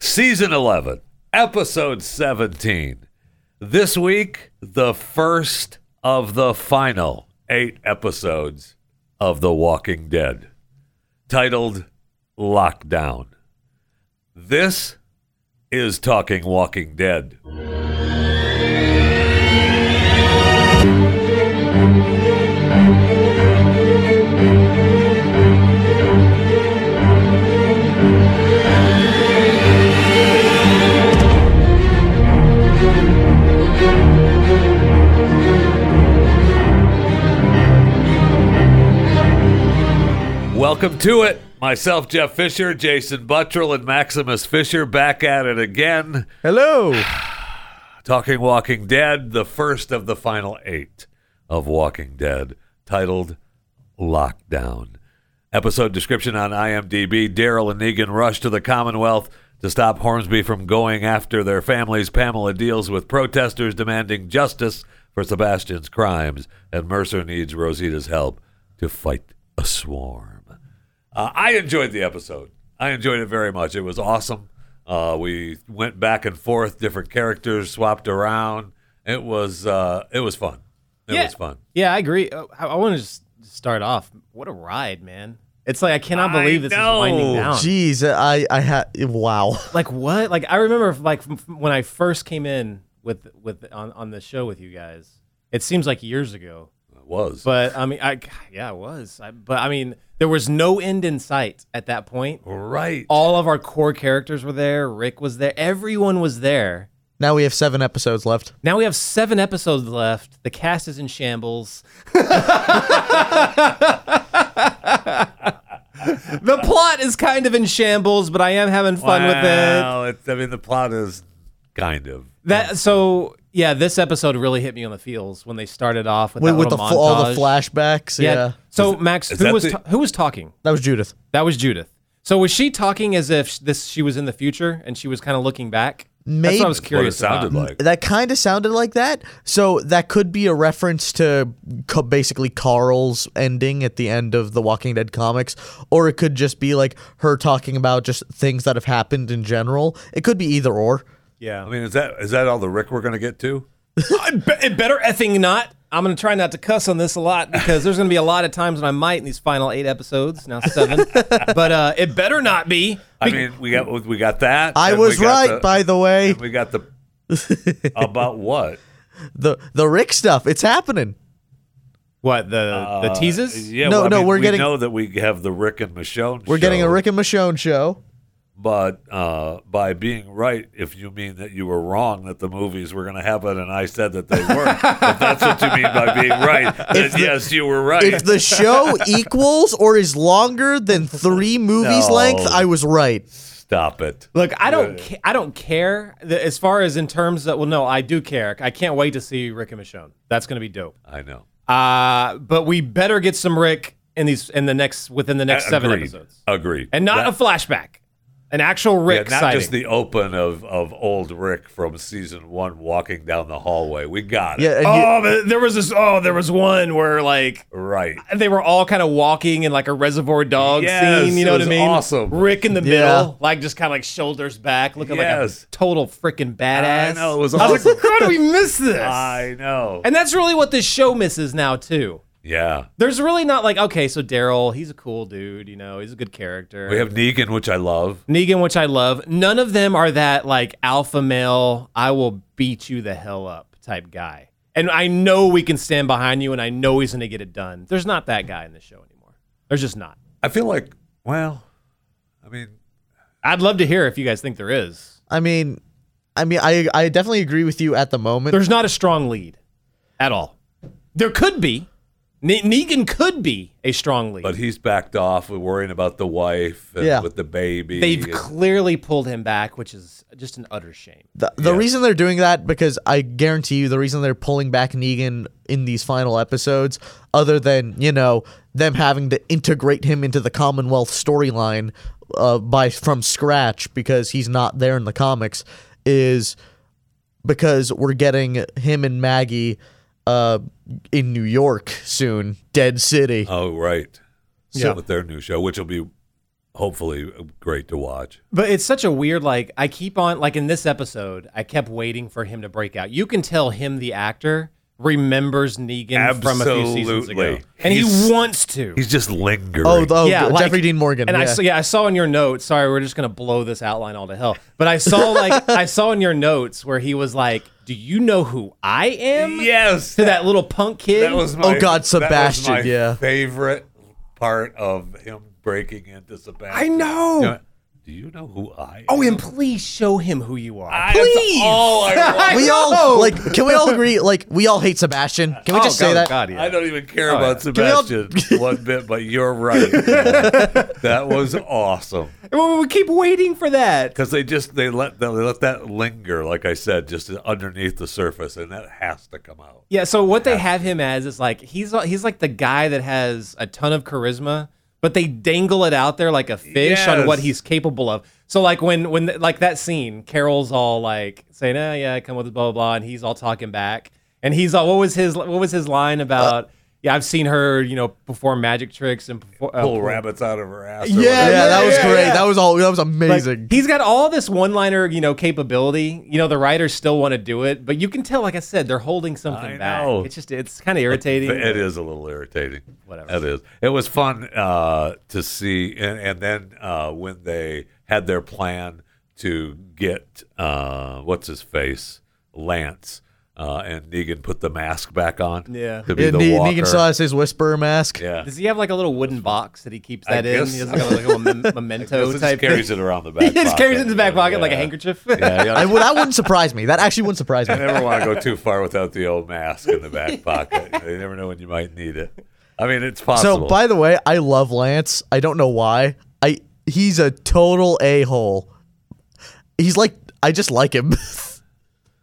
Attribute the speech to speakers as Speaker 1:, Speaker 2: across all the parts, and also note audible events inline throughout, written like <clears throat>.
Speaker 1: Season 11, episode 17. This week, the first of the final eight episodes of The Walking Dead, titled Lockdown. This is Talking Walking Dead. Welcome to it. Myself, Jeff Fisher, Jason Buttrell, and Maximus Fisher back at it again.
Speaker 2: Hello.
Speaker 1: <sighs> Talking Walking Dead, the first of the final eight of Walking Dead, titled Lockdown. Episode description on IMDb Daryl and Negan rush to the Commonwealth to stop Hornsby from going after their families. Pamela deals with protesters demanding justice for Sebastian's crimes, and Mercer needs Rosita's help to fight a swarm. Uh, I enjoyed the episode. I enjoyed it very much. It was awesome. Uh, we went back and forth, different characters swapped around. It was uh, it was fun. It
Speaker 3: Yeah.
Speaker 1: was fun.
Speaker 3: Yeah, I agree. Uh, I, I want to just start off. What a ride, man! It's like I cannot
Speaker 1: I
Speaker 3: believe this
Speaker 1: know.
Speaker 3: is winding down.
Speaker 2: Jeez, I I had wow. <laughs>
Speaker 3: Like what? Like I remember, like from, from when I first came in with with on on the show with you guys. It seems like years ago,
Speaker 1: It was.
Speaker 3: but I mean, I yeah, it was. I, but I mean, there was no end in sight at that point.
Speaker 1: right.
Speaker 3: All of our core characters were there. Rick was there. Everyone was there.
Speaker 2: Now we have seven episodes left.
Speaker 3: Now we have seven episodes left. The cast is in shambles. <laughs> the plot is kind of in shambles, but I am having fun with it.
Speaker 1: Well, it's- I mean, the plot is kind of.
Speaker 3: That so yeah, this episode really hit me on the feels when they started off with
Speaker 2: With,
Speaker 3: that
Speaker 2: with the
Speaker 3: little
Speaker 2: fl- all the
Speaker 3: montage.
Speaker 2: flashbacks. Yeah.
Speaker 3: Yeah. So Max,
Speaker 1: is
Speaker 3: who
Speaker 1: that
Speaker 3: was
Speaker 1: the-
Speaker 3: ta- who was talking?
Speaker 2: That was Judith.
Speaker 3: That was Judith. So was she talking as if this she was in the future and she was kind of looking back? That's what
Speaker 2: Maybe-
Speaker 3: I was curious
Speaker 1: what it sounded
Speaker 3: about.
Speaker 1: like.
Speaker 2: That kind of sounded like that. So that could be a reference to ca- basically Carl's ending at the end of the Walking Dead comics, or it could just be like her talking about just things that have happened in general. It could be either or.
Speaker 3: Yeah.
Speaker 1: I mean, is that is that all the Rick we're going to get to?
Speaker 3: I be- it better effing not. I'm gonna try not to cuss on this a lot because there's gonna be a lot of times when I might in these final eight episodes, now <laughs> seven. but uh, it better not be.
Speaker 1: I mean, we got we got that.
Speaker 2: I
Speaker 1: and we
Speaker 2: was
Speaker 1: got
Speaker 2: right, by the way.
Speaker 1: and we got the
Speaker 2: <laughs>
Speaker 1: about what
Speaker 2: The the Rick stuff, it's happening.
Speaker 3: What the the teases?
Speaker 1: Uh, Yeah,
Speaker 2: No,
Speaker 1: well, I
Speaker 2: no,
Speaker 1: mean,
Speaker 2: we're
Speaker 1: we
Speaker 2: getting-
Speaker 1: know that we have the Rick and Michonne.
Speaker 2: We're getting a
Speaker 1: show,
Speaker 2: Rick and Michonne show.
Speaker 1: but uh, by being right, if you mean that you were wrong that the movies were going to happen, and I said that they
Speaker 2: <laughs>
Speaker 1: were, if that's what you mean by being right, then yes, you were right.
Speaker 2: if the show equals or is longer than three movies
Speaker 1: No.
Speaker 2: length, I was right.
Speaker 1: Stop it.
Speaker 3: Look, I don't, ca- I don't care th- as far as in terms of. Well, no, I do care. I can't wait to see Rick and Michonne. That's gonna be dope.
Speaker 1: I know.
Speaker 3: Uh, but we better get some Rick in these in the next within the next seven
Speaker 1: Agreed.
Speaker 3: episodes,
Speaker 1: Agreed.
Speaker 3: and not
Speaker 1: That-
Speaker 3: a flashback, an actual Rick
Speaker 1: Yeah, not
Speaker 3: sighting.
Speaker 1: just the open of, of old Rick from season one walking down the hallway. We got it.
Speaker 2: Yeah, and you-
Speaker 3: oh, but there was this. Oh, there was one where like
Speaker 1: Right.
Speaker 3: they were all kind of walking in like a reservoir dog
Speaker 1: Yes,
Speaker 3: scene.
Speaker 1: it
Speaker 3: You know what
Speaker 1: was
Speaker 3: I mean?
Speaker 1: awesome.
Speaker 3: Rick in the
Speaker 2: Yeah.
Speaker 3: middle, like just kind of like shoulders back, looking
Speaker 1: Yes.
Speaker 3: like a total freaking badass.
Speaker 1: I know, it was
Speaker 3: I was like,
Speaker 1: awesome.
Speaker 3: how do we miss this?
Speaker 1: <laughs> I know.
Speaker 3: and that's really what this show misses now too.
Speaker 1: yeah.
Speaker 3: There's really not like okay, so Daryl, he's a cool dude. You know, he's a good character.
Speaker 1: We have Negan, which I love.
Speaker 3: Negan, which I love. None of them are that like alpha male, I will beat you the hell up type guy. And I know we can stand behind you and I know he's going to get it done. There's not that guy in the show anymore. There's just not.
Speaker 1: I feel like, well, I mean,
Speaker 3: I'd love to hear if you guys think there is.
Speaker 2: I mean, I mean, I I definitely agree with you at the moment.
Speaker 3: There's not a strong lead at all. There could be. Ne- Negan could be a strong lead.
Speaker 1: but he's backed off. We're worrying about the wife and
Speaker 2: Yeah.
Speaker 1: with the baby.
Speaker 3: They've
Speaker 1: and- clearly
Speaker 3: clearly pulled him back, which is just an utter shame.
Speaker 2: the the
Speaker 1: yeah.
Speaker 2: reason they're doing that because I guarantee you the reason they're pulling back Negan in these final episodes, other than you know them having to integrate him into the Commonwealth storyline uh, by from scratch because he's not there in the comics, is because we're getting him and Maggie uh, in New York soon, Dead City.
Speaker 1: oh, right. So
Speaker 3: Yeah.
Speaker 1: with their new show, which will be hopefully great to watch.
Speaker 3: But it's such a weird like I keep on like in this episode, I kept waiting for him to break out. You can tell him the actor remembers Negan from a few seasons ago.
Speaker 1: Absolutely.
Speaker 3: And
Speaker 1: He's-
Speaker 3: he wants to.
Speaker 1: He's just lingering.
Speaker 2: Oh, the, oh
Speaker 3: yeah, like-
Speaker 2: Jeffrey Dean Morgan.
Speaker 3: And
Speaker 2: yeah.
Speaker 3: I saw, yeah, I saw in your notes. Sorry, we're just gonna blow this outline all to hell. But I saw
Speaker 2: <laughs>
Speaker 3: like I saw in your notes where he was like, "Do you know who I am?"
Speaker 1: yes,
Speaker 3: To that little punk kid.
Speaker 1: that was my,
Speaker 2: Oh, God, Sebastian,
Speaker 1: That was my
Speaker 2: yeah.
Speaker 1: favorite part of him breaking into Sebastian.
Speaker 3: I know.
Speaker 1: You know, do you know who I? Am?
Speaker 3: Oh, and please show him who you are.
Speaker 1: I,
Speaker 2: <laughs>
Speaker 1: That's all I
Speaker 3: <laughs>
Speaker 1: want.
Speaker 2: we
Speaker 3: know. Oh,
Speaker 2: all like. Can we all agree? Like, we all hate Sebastian. Can <laughs> we just
Speaker 3: God,
Speaker 2: say that?
Speaker 3: God, yeah.
Speaker 1: I don't even care about
Speaker 2: we all-
Speaker 1: Sebastian
Speaker 2: <laughs>
Speaker 1: one bit, but you're right. that was awesome
Speaker 3: Well, we keep waiting for that.
Speaker 1: because they just they let they let that linger, like I said, just underneath the surface, and that has to come out.
Speaker 3: Yeah. So what they have him as is like he's he's like the guy that has a ton of charisma, but they dangle it out there like a fish on
Speaker 1: Yes.
Speaker 3: what he's capable of. So like when when like that scene, Carol's all like saying, "Oh yeah, come with us," blah blah blah," and he's all talking back, and he's all what was his what was his line
Speaker 1: Uh,
Speaker 3: about? yeah, I've seen her, you know, perform magic tricks and perform, uh,
Speaker 1: Pull rabbits out of her ass. or
Speaker 3: Yeah,
Speaker 1: whatever.
Speaker 2: Yeah, that was
Speaker 3: yeah,
Speaker 2: great.
Speaker 3: yeah.
Speaker 2: That was all. That was
Speaker 3: Like,
Speaker 2: amazing.
Speaker 3: he's got all this one-liner, you know, capability. You know, the writers still want to do it, but you can tell, like I said, they're holding something
Speaker 1: I
Speaker 3: back.
Speaker 1: know. uh,
Speaker 3: It's just, it's kind of irritating.
Speaker 1: It is a little irritating.
Speaker 3: Whatever.
Speaker 1: It is. It was fun uh, to see, and, and then uh, when they had their plan to get uh, what's his face, Lance, uh, and Negan put the mask back on.
Speaker 3: Yeah.
Speaker 1: to be
Speaker 2: Yeah,
Speaker 1: the
Speaker 2: Ne-
Speaker 1: walker.
Speaker 2: Negan saw us his whisperer mask.
Speaker 1: Yeah,
Speaker 3: Does he have like a little wooden box that he keeps that in?
Speaker 1: guess-
Speaker 3: He has like a, like a little
Speaker 1: <laughs>
Speaker 3: mem-
Speaker 1: Because
Speaker 3: memento
Speaker 1: it just
Speaker 3: type.
Speaker 1: carries
Speaker 3: thing.
Speaker 1: it around the
Speaker 3: <laughs>
Speaker 1: back.
Speaker 3: he just carries it in his back pocket like a
Speaker 1: Yeah.
Speaker 3: handkerchief.
Speaker 1: Yeah, yeah.
Speaker 2: I would. That wouldn't surprise me. That actually wouldn't
Speaker 1: <laughs>
Speaker 2: surprise me.
Speaker 1: I never want to go too far without the old mask in the back
Speaker 3: <laughs>
Speaker 1: pocket. You never know when you might need it. I mean, it's
Speaker 2: So,
Speaker 1: possible.
Speaker 2: by the way, I love Lance. I don't know why. I he's a total a hole. He's like I just like him.
Speaker 3: <laughs>
Speaker 2: <laughs>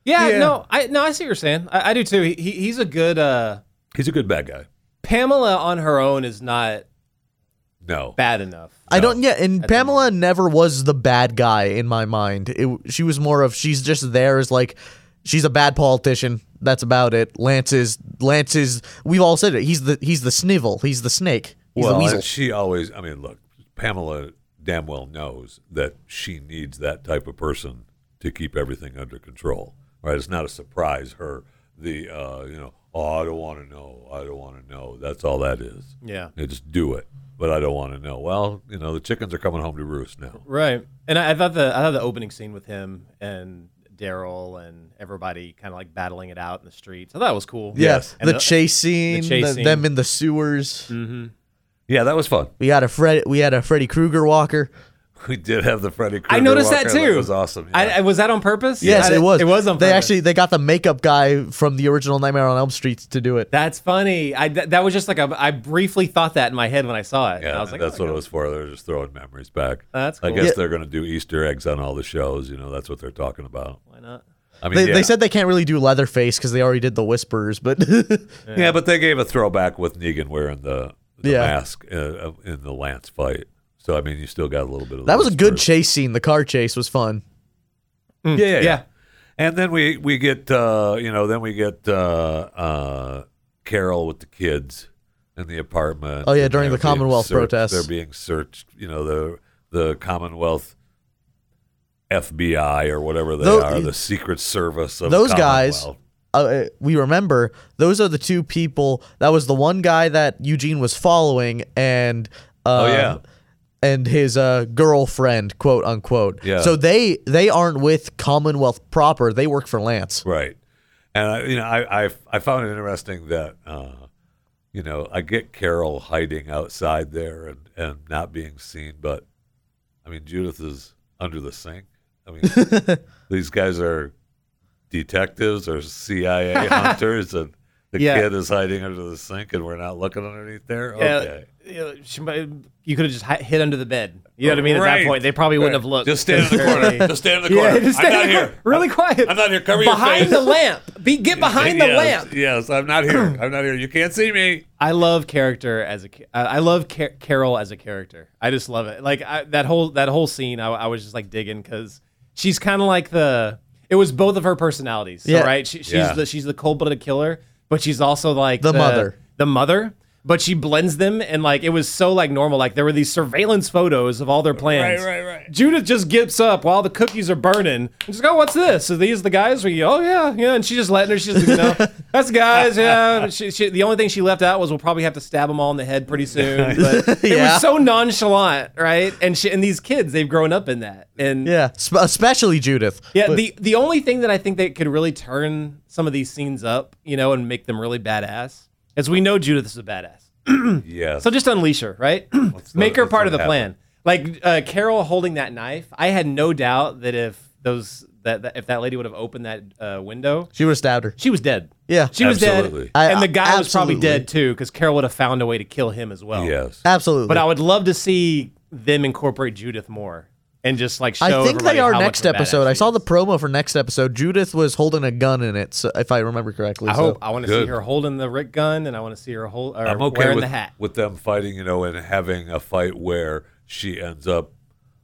Speaker 3: Yeah,
Speaker 1: Yeah.
Speaker 3: no, I no, I see what you're saying. I, I do too. He, he he's a good. uh
Speaker 1: he's a good bad guy.
Speaker 3: Pamela on her own is not
Speaker 1: No.
Speaker 3: bad enough.
Speaker 2: I don't. Yeah, and Pamela never was the bad guy in my mind. It, she was more of she's just there as like she's a bad politician. That's about it. Lance is Lance is. We've all said it. He's the he's the snivel. He's the snake. He's
Speaker 1: well,
Speaker 2: the weasel.
Speaker 1: and she always. I mean, look, Pamela damn well knows that she needs that type of person to keep everything under control. Right? It's not a surprise. Her the uh, you know, oh, I don't want to know. I don't want to know. That's all that is.
Speaker 3: Yeah.
Speaker 1: They just do it. But I don't want to know. Well, you know, the chickens are coming home to roost now.
Speaker 3: Right. And I, I thought the I thought the opening scene with him and Daryl and everybody kind of like battling it out in the streets. I thought it was cool.
Speaker 2: yeah,
Speaker 3: And
Speaker 2: the, chase scene,
Speaker 3: the chase
Speaker 2: the-
Speaker 3: scene. Mm.
Speaker 2: them in the sewers.
Speaker 1: Yeah, that was fun. <laughs>
Speaker 2: We got a Fred. We had a Freddy Krueger walker.
Speaker 1: We did have the Freddy. Krueger
Speaker 3: I noticed that
Speaker 1: walker.
Speaker 3: too.
Speaker 1: That was awesome.
Speaker 3: I,
Speaker 1: yeah.
Speaker 3: I- was that on purpose?
Speaker 2: Yes,
Speaker 3: I-
Speaker 2: it was.
Speaker 3: It was on purpose.
Speaker 2: They actually they got the makeup guy from the original Nightmare on Elm Street to do it.
Speaker 3: That's funny. I that, that was just like a, I briefly thought that in my head when I saw it.
Speaker 1: Yeah,
Speaker 3: and I was like,
Speaker 1: that's
Speaker 3: oh,
Speaker 1: what it was for. They're just throwing memories back.
Speaker 3: That's
Speaker 1: I
Speaker 3: cool.
Speaker 1: guess
Speaker 2: Yeah.
Speaker 1: they're going to do Easter eggs on all the shows. You know, that's what they're talking about.
Speaker 3: why not?
Speaker 1: I mean,
Speaker 2: They,
Speaker 1: yeah.
Speaker 2: they said they can't really do Leatherface because they already did the Whispers, but <laughs>
Speaker 1: yeah. but they gave a throwback with Negan wearing the, the
Speaker 2: Yeah.
Speaker 1: mask uh, in the Lance fight. So I mean, you still got a little bit of
Speaker 2: that was a
Speaker 1: those
Speaker 2: good
Speaker 1: first-
Speaker 2: chase scene. The car chase was fun.
Speaker 1: yeah, yeah, yeah.
Speaker 3: Yeah.
Speaker 1: And then we we get uh, you know then we get uh, uh, Carol with the kids in the apartment.
Speaker 2: Oh, yeah,
Speaker 1: And
Speaker 2: during
Speaker 1: they're
Speaker 2: the
Speaker 1: being
Speaker 2: Commonwealth
Speaker 1: searched-
Speaker 2: protests.
Speaker 1: they're being searched. You know the the Commonwealth FBI or whatever they
Speaker 2: Tho-
Speaker 1: are, the Secret Service of
Speaker 2: Those
Speaker 1: the
Speaker 2: guys,
Speaker 1: Commonwealth.
Speaker 2: uh, we remember those are the two people. That was the one guy that Eugene was following, and uh,
Speaker 1: Oh, yeah.
Speaker 2: and his uh, girlfriend, quote unquote.
Speaker 1: Yeah.
Speaker 2: So they they aren't with Commonwealth proper. They work for Lance.
Speaker 1: Right. And I, you know, I, I I found it interesting that uh, you know I get Carol hiding outside there and and not being seen, but I mean Judith is under the sink. I
Speaker 3: <laughs>
Speaker 1: mean, these guys are detectives or
Speaker 3: <laughs>
Speaker 1: CIA hunters, and the
Speaker 3: Yeah.
Speaker 1: kid is hiding under the sink, and we're not looking underneath there.
Speaker 3: Yeah,
Speaker 1: Okay.
Speaker 3: yeah, she might- you could have just hi- hid under the bed. You know what I mean? At
Speaker 1: Right.
Speaker 3: that point, they probably wouldn't
Speaker 1: Right.
Speaker 3: have looked.
Speaker 1: Just stand in the corner. Just stand in the corner.
Speaker 3: Yeah, just
Speaker 1: I'm
Speaker 3: stand
Speaker 1: not
Speaker 3: in the
Speaker 1: here.
Speaker 3: corner. <laughs> Really
Speaker 1: I'm-
Speaker 3: quiet.
Speaker 1: I'm not here. Cover your
Speaker 3: behind
Speaker 1: face.
Speaker 3: the lamp. Be get behind the
Speaker 1: yes,
Speaker 3: lamp.
Speaker 1: Yes, I'm not
Speaker 3: <clears throat>
Speaker 1: here. I'm not here. You can't see me.
Speaker 3: I love character as a. ca- uh, I I love Car- Carol as a character. I just love it. Like I, that whole that whole scene, I, I was just like digging because she's kind of like the. It was both of her personalities, so,
Speaker 2: Yeah.
Speaker 3: right? She, she's
Speaker 1: Yeah.
Speaker 3: the she's the cold blooded killer, but she's also like
Speaker 2: The mother.
Speaker 3: the mother. but she blends them and like it was so like normal. Like there were these surveillance photos of all their plans.
Speaker 1: Right, right, right.
Speaker 3: Judith just gets up while the cookies are burning. And she's like, "Oh, what's this? Are these the guys?" We, oh yeah, yeah. And she just letting her. She's like,
Speaker 2: <laughs>
Speaker 3: "No, that's the guys." Yeah. She, she, the only thing she left out was we'll probably have to stab them all in the head
Speaker 2: <laughs>
Speaker 3: pretty soon. But it
Speaker 2: Yeah.
Speaker 3: was so nonchalant, right? And she, and these kids, they've grown up in that. And
Speaker 2: Yeah, sp- uh, especially Judith.
Speaker 3: yeah,
Speaker 2: But-
Speaker 3: the the only thing that I think that could really turn some of these scenes up, you know, and make them really badass, is we know Judith is a badass.
Speaker 1: Yes.
Speaker 3: So just unleash her, right? <clears throat> Make
Speaker 1: <clears throat>
Speaker 3: her
Speaker 1: let's
Speaker 3: part
Speaker 1: let
Speaker 3: of the
Speaker 1: it happen.
Speaker 3: plan. Like uh, Carol holding that knife, I had no doubt that if those that, that if that lady would have opened that uh, window,
Speaker 2: she would have stabbed her.
Speaker 3: she was dead.
Speaker 2: Yeah.
Speaker 3: She was
Speaker 1: Absolutely.
Speaker 3: dead,
Speaker 2: I- uh,
Speaker 3: and the guy was probably
Speaker 2: absolutely.
Speaker 3: dead too, because Carol would have found a way to kill him as well.
Speaker 1: yes.
Speaker 2: Absolutely.
Speaker 3: But I would love to see them incorporate Judith more and just like show.
Speaker 2: I think
Speaker 3: everybody
Speaker 2: they are
Speaker 3: how much
Speaker 2: next
Speaker 3: of a badass
Speaker 2: episode.
Speaker 3: she
Speaker 2: I saw
Speaker 3: is.
Speaker 2: the promo for next episode. Judith was holding a gun in it, so, if I remember correctly.
Speaker 3: I
Speaker 2: so-
Speaker 3: hope I want to see
Speaker 1: Good.
Speaker 3: her holding the Rick gun, and I want to see her hold, or
Speaker 1: I'm okay
Speaker 3: wearing
Speaker 1: with,
Speaker 3: the hat.
Speaker 1: with them fighting, you know, and having a fight where she ends up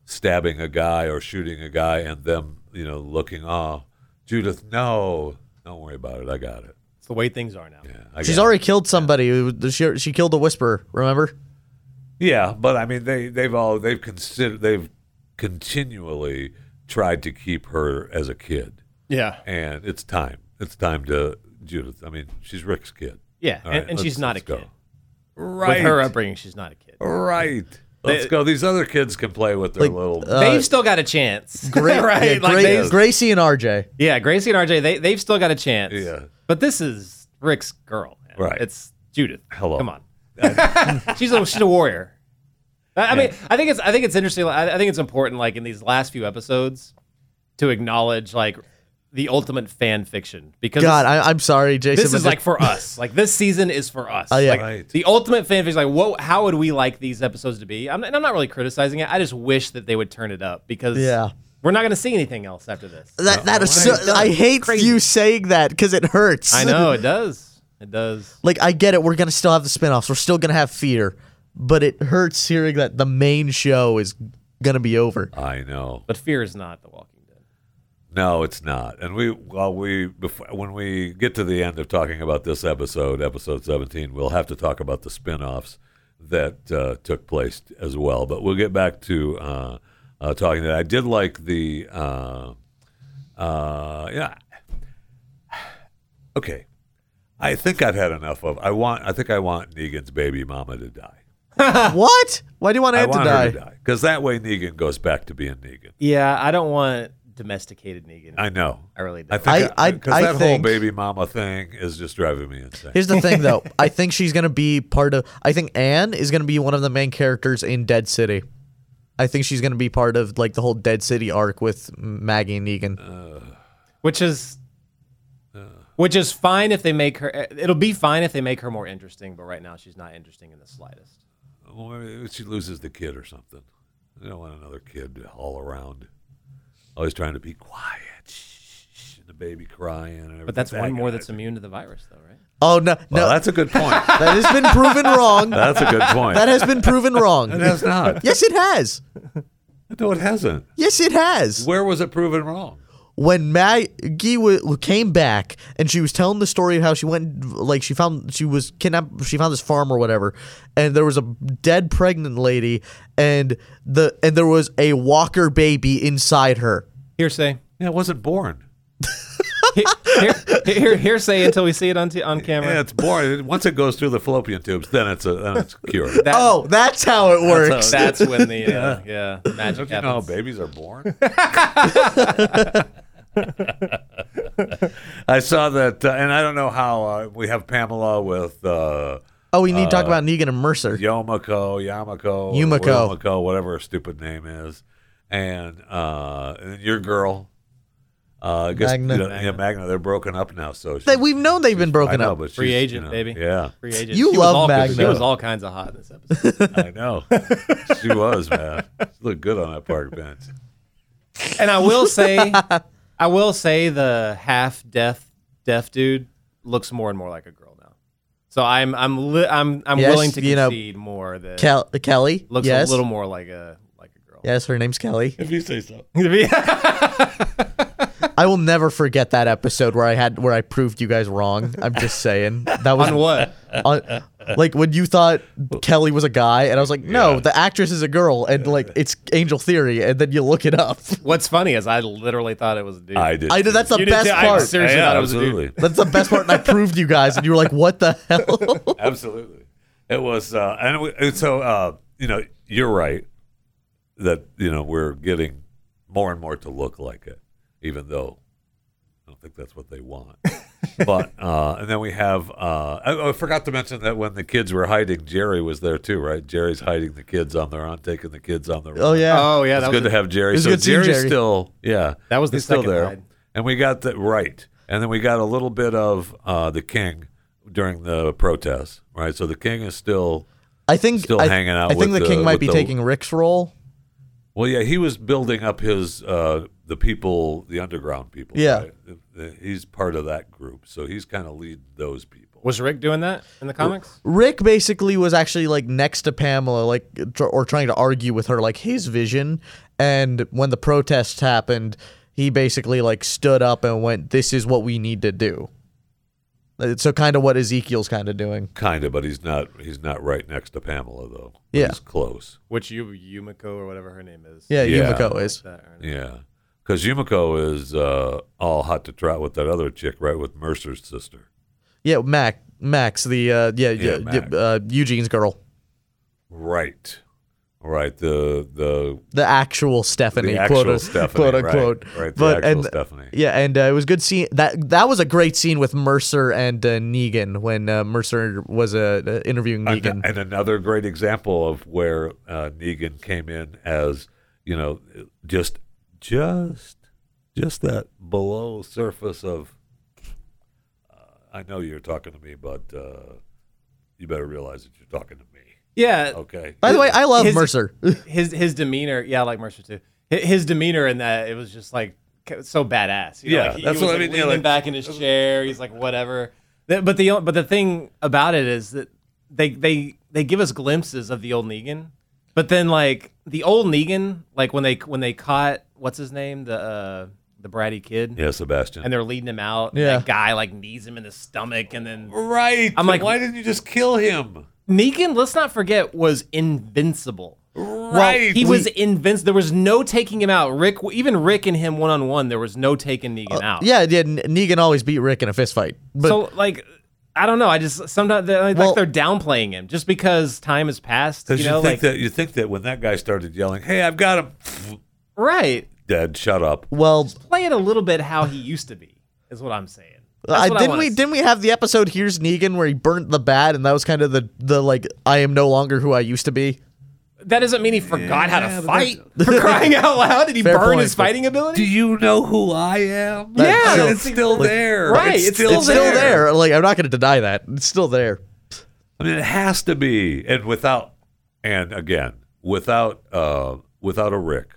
Speaker 1: stabbing a guy or shooting a guy and them, you know, looking, oh, Judith, no, don't worry about it. I got it.
Speaker 3: It's the way things are now.
Speaker 1: Yeah, I
Speaker 2: She's
Speaker 1: got it."
Speaker 2: already killed somebody. She, she killed a whisperer, remember?
Speaker 1: Yeah, but I mean, they they've all they've considered they've continually tried to keep her as a kid,
Speaker 3: Yeah,
Speaker 1: and it's time. It's time to Judith. I mean, she's Rick's kid.
Speaker 3: yeah,
Speaker 1: All
Speaker 3: and,
Speaker 1: right,
Speaker 3: and
Speaker 1: let's-
Speaker 3: she's not a
Speaker 1: let's go.
Speaker 3: kid.
Speaker 1: Right.
Speaker 3: With her upbringing, she's not a kid.
Speaker 1: Right. Let's go. These other kids can play with their little.
Speaker 3: they've still got a chance,
Speaker 2: Uh,
Speaker 3: <laughs>
Speaker 2: Gra-
Speaker 3: right?
Speaker 2: yeah,
Speaker 3: like
Speaker 2: Gra-
Speaker 3: they,
Speaker 2: Gracie and RJ.
Speaker 3: yeah, Gracie and RJ, they they've still got a chance.
Speaker 1: Yeah.
Speaker 3: but this is Rick's girl, man.
Speaker 1: Right.
Speaker 3: It's Judith.
Speaker 1: Hello.
Speaker 3: come on, <laughs> she's a she's a warrior. I, I mean, I think it's I think it's interesting. like, I, I think it's important, like in these last few episodes, to acknowledge like the ultimate fan fiction because
Speaker 2: God, I, I'm sorry, Jason.
Speaker 3: this
Speaker 2: but
Speaker 3: is like for Oh, us. Like this season is for us.
Speaker 2: yeah.
Speaker 3: Like,
Speaker 1: Right.
Speaker 3: The ultimate fan fiction. Like, what? How would we like these episodes to be? I'm, and I'm not really criticizing it. I just wish that they would turn it up because
Speaker 2: Yeah.
Speaker 3: we're not going to see anything else after this.
Speaker 2: that, that is so, I hate you saying that because it hurts.
Speaker 3: I know it does. It does.
Speaker 2: like I get it. We're gonna still have the spinoffs. We're still gonna have fear, but it hurts hearing that the main show is gonna
Speaker 1: <laughs>
Speaker 2: be over.
Speaker 1: I know.
Speaker 3: But fear is not The Walking Dead.
Speaker 1: No, it's not. And we, well, we, before, when we get to the end of talking about this episode, episode 17, we'll have to talk about the spin offs that uh, took place as well. But we'll get back to uh, uh, talking to that. I did like the, uh, uh, yeah. Okay. I think I've had enough of, I want, I think I want Negan's baby mama to die.
Speaker 2: what? Why do you want
Speaker 1: I
Speaker 2: Ed to
Speaker 1: want
Speaker 2: die?
Speaker 1: her to die. Because that way Negan goes back to being Negan.
Speaker 3: Yeah, I don't want domesticated Negan. I,
Speaker 1: I know.
Speaker 3: really don't.
Speaker 1: I think
Speaker 2: I- I-
Speaker 1: because
Speaker 2: I
Speaker 1: that
Speaker 2: think-
Speaker 1: whole baby mama thing is just driving me insane.
Speaker 2: Here's the thing, though. I think she's gonna be part of. I think Anne is gonna be one of the main characters in Dead City. I think she's gonna be part of like the whole Dead City arc with Maggie and Negan.
Speaker 3: which is. Which is fine if they make her. It'll be fine if they make her more interesting, but right now she's not interesting in the slightest.
Speaker 1: Well, maybe she loses the kid or something. I don't want another kid all around, always trying to be quiet. shh, shh, And the baby crying, and
Speaker 3: But that's one more that's immune to the virus, though, right?
Speaker 2: oh no, no,
Speaker 1: Well, that's a good point.
Speaker 2: that has been proven wrong. <laughs> That
Speaker 1: That's a good point.
Speaker 2: has been proven
Speaker 1: it
Speaker 2: wrong.
Speaker 1: has not.
Speaker 2: Yes, it has.
Speaker 1: No, it hasn't.
Speaker 2: Yes, it has.
Speaker 1: Where was it proven wrong?
Speaker 2: when Maggie w- came back and she was telling the story of how she went, like she found she was kidnapped, she found this farm or whatever, and there was a dead pregnant lady, and the and there was a walker baby inside her.
Speaker 3: Hearsay.
Speaker 1: Yeah, it wasn't born.
Speaker 3: Here- here- here- hearsay until we see it on t- on camera.
Speaker 1: Yeah, it's born. Once it goes through the fallopian tubes, then it's a then it's cured.
Speaker 3: That-
Speaker 2: Oh, that's how it works.
Speaker 3: that's when the
Speaker 1: <laughs>
Speaker 3: uh, yeah. magic
Speaker 1: Don't you know how
Speaker 3: happens.
Speaker 1: babies are
Speaker 2: <laughs>
Speaker 1: born? I saw that, uh, and I don't know how uh, we have Pamela with uh,
Speaker 2: Oh, we need to talk about Negan and Mercer.
Speaker 1: Yomiko, Yamako,
Speaker 2: Yumiko.
Speaker 1: Yomiko, whatever her stupid name is, and uh, and then your girl, uh, I guess,
Speaker 2: Magna.
Speaker 1: you know, yeah, Magna. They're broken up now, so
Speaker 2: That we've known they've been broken up.
Speaker 1: but
Speaker 3: Free
Speaker 1: she's,
Speaker 3: agent,
Speaker 1: you know,
Speaker 3: baby.
Speaker 1: Yeah,
Speaker 3: Free agent.
Speaker 2: You
Speaker 3: she was
Speaker 2: love
Speaker 3: all,
Speaker 2: Magna.
Speaker 3: She was all kinds of hot in this episode.
Speaker 1: I know. she was man. She looked good on that park
Speaker 2: <laughs>
Speaker 1: bench.
Speaker 3: and I will say, I will say, the half deaf deaf dude looks more and more like a girl now. So I'm I'm li- I'm I'm
Speaker 2: Yes,
Speaker 3: willing to
Speaker 2: you know,
Speaker 3: concede more that
Speaker 2: Kel- Kelly.
Speaker 3: looks
Speaker 2: yes.
Speaker 3: a little more like a like a girl.
Speaker 2: Yes, her name's Kelly.
Speaker 1: If you say so.
Speaker 3: <laughs>
Speaker 2: I will never forget
Speaker 1: <laughs>
Speaker 2: that episode where I had where I proved you guys wrong. I'm just saying that was
Speaker 3: On what?
Speaker 2: on, like when you thought Kelly was a guy, and I was like, no,
Speaker 1: Yeah.
Speaker 2: the actress is a girl, and like it's Angel Theory, and then you look it up. <laughs>
Speaker 3: What's funny is I literally thought it was a dude.
Speaker 1: I did.
Speaker 2: I know
Speaker 1: too.
Speaker 2: that's the
Speaker 3: You did
Speaker 2: best
Speaker 3: too. I
Speaker 2: part.
Speaker 3: was serious. seriously
Speaker 1: yeah,
Speaker 3: thought it was a dude.
Speaker 1: absolutely.
Speaker 2: That's the best part, and I proved you guys, and you were like, what the <laughs> hell?
Speaker 1: Absolutely. It was, uh, and, we, and so, uh, you know, you're right that, you know, we're getting more and more to look like it, even though I don't think that's what they want. but, uh, and then we have, uh, I, I forgot to mention that when the kids were hiding, Jerry was there too, right? Jerry's hiding the kids on their own, taking the kids on their own.
Speaker 2: oh, yeah.
Speaker 3: Oh yeah,
Speaker 1: it's
Speaker 3: that
Speaker 1: good
Speaker 3: was
Speaker 1: to have Jerry.
Speaker 2: It's
Speaker 1: so
Speaker 2: good seeing
Speaker 1: Jerry's
Speaker 2: Jerry.
Speaker 1: still, yeah,
Speaker 3: That was the
Speaker 1: he's still
Speaker 3: second
Speaker 1: there.
Speaker 3: ride.
Speaker 1: And we got that right. And then we got a little bit of uh, the king during the protest, right? So the king is still,
Speaker 2: I think
Speaker 1: Still
Speaker 2: I,
Speaker 1: hanging out
Speaker 2: I think
Speaker 1: with
Speaker 2: the
Speaker 1: the-
Speaker 2: king might
Speaker 1: with
Speaker 2: be
Speaker 1: the-
Speaker 2: taking Rick's role.
Speaker 1: well, yeah, he was building up his uh, the people, the underground people.
Speaker 2: Yeah.
Speaker 1: right? Uh, he's part of that group, so he's kind of leading those people.
Speaker 3: was Rick doing that in the comics?
Speaker 2: Rick basically was actually like next to Pamela, like tr- or trying to argue with her, like his vision. And when the protests happened, he basically like stood up and went, "This is what we need to do." Uh, So kind of what Ezekiel's kind of doing.
Speaker 1: Kind of, but he's not. He's not right next to Pamela though. But
Speaker 2: Yeah.
Speaker 1: he's close.
Speaker 3: Which you Yumiko or whatever her name is.
Speaker 2: Yeah,
Speaker 1: Yeah.
Speaker 2: Yumiko is.
Speaker 3: That, or-
Speaker 1: Yeah, because Yumiko is uh, all hot to trot with that other chick, right? With Mercer's sister.
Speaker 2: Yeah, Mac, Max, the uh, yeah, yeah,
Speaker 1: Yeah,
Speaker 2: yeah,
Speaker 1: Mac.
Speaker 2: uh, Eugene's girl,
Speaker 1: Right. Right. The the
Speaker 2: the actual Stephanie,
Speaker 1: the actual
Speaker 2: quote,
Speaker 1: Stephanie.
Speaker 2: quote
Speaker 1: right,
Speaker 2: unquote.
Speaker 1: Right. the
Speaker 2: but
Speaker 1: actual
Speaker 2: and
Speaker 1: Stephanie.
Speaker 2: Yeah, and uh, it was good scene. That that was a great scene with Mercer and uh, Negan when uh, Mercer was uh, uh, interviewing
Speaker 1: An-
Speaker 2: Negan.
Speaker 1: and another great example of where uh, Negan came in as, you know, just just just that below surface of uh, I know you're talking to me, but uh, you better realize that you're talking to me.
Speaker 3: yeah.
Speaker 1: Okay.
Speaker 2: By the way, I love
Speaker 3: His-
Speaker 2: Mercer.
Speaker 1: Oh.
Speaker 2: <laughs>
Speaker 3: His his demeanor, yeah, I like Mercer too. Hi- His demeanor in that it was just like ca- so badass. You know,
Speaker 1: Yeah,
Speaker 3: like, he,
Speaker 1: that's
Speaker 3: he was,
Speaker 1: what I mean,
Speaker 3: like,
Speaker 1: yeah,
Speaker 3: Leaning
Speaker 1: like-
Speaker 3: back in his chair, he's like whatever. Th- But the o- but the thing about it is that they they they give us glimpses of the old Negan, but then like the old Negan, like when they when they caught what's his name the uh, the bratty kid,
Speaker 1: yeah, Sebastian.
Speaker 3: and they're leading him out. and
Speaker 2: Yeah.
Speaker 3: that guy like knees him in the stomach, and then
Speaker 1: right.
Speaker 3: I'm like-
Speaker 1: why didn't you just kill him?
Speaker 3: Negan, let's not forget, was invincible.
Speaker 1: Right.
Speaker 3: Well, he was invincible. There was no taking him out. Rick, even Rick and him one on one, there was no taking Negan out.
Speaker 2: Uh, yeah, yeah. N- Negan always beat Rick in a fist fight. But
Speaker 3: so like, I don't know. I just sometimes they're, like
Speaker 2: Well-
Speaker 3: they're downplaying him just because time has passed.
Speaker 1: Because
Speaker 3: You
Speaker 1: you,
Speaker 3: know,
Speaker 1: think
Speaker 3: like
Speaker 1: that you think that when that guy started yelling, "Hey, I've got him,"
Speaker 3: right.
Speaker 1: Dad, shut up.
Speaker 2: well,
Speaker 3: Play it a little bit how he used to be is what I'm saying. That's
Speaker 2: I,
Speaker 3: what I
Speaker 2: Uh, didn't
Speaker 3: wanna
Speaker 2: we
Speaker 3: see.
Speaker 2: didn't we have the episode "Here's Negan" where he burnt the bat, and that was kind of the the like I am no longer who I used to be.
Speaker 3: That doesn't mean he forgot how
Speaker 1: Yeah, but
Speaker 3: to fight. For crying out loud, did he
Speaker 2: Fair
Speaker 3: burn
Speaker 2: point,
Speaker 3: his
Speaker 2: but-
Speaker 3: fighting ability?
Speaker 1: Do you know who I am?
Speaker 2: That's
Speaker 3: Yeah,
Speaker 1: it's still there.
Speaker 3: Right,
Speaker 1: it's
Speaker 3: it's
Speaker 1: still,
Speaker 3: still
Speaker 2: It's still there. Like I'm not going to deny that. It's still there.
Speaker 1: I mean, it has to be. And without, and again, without, uh, without a Rick,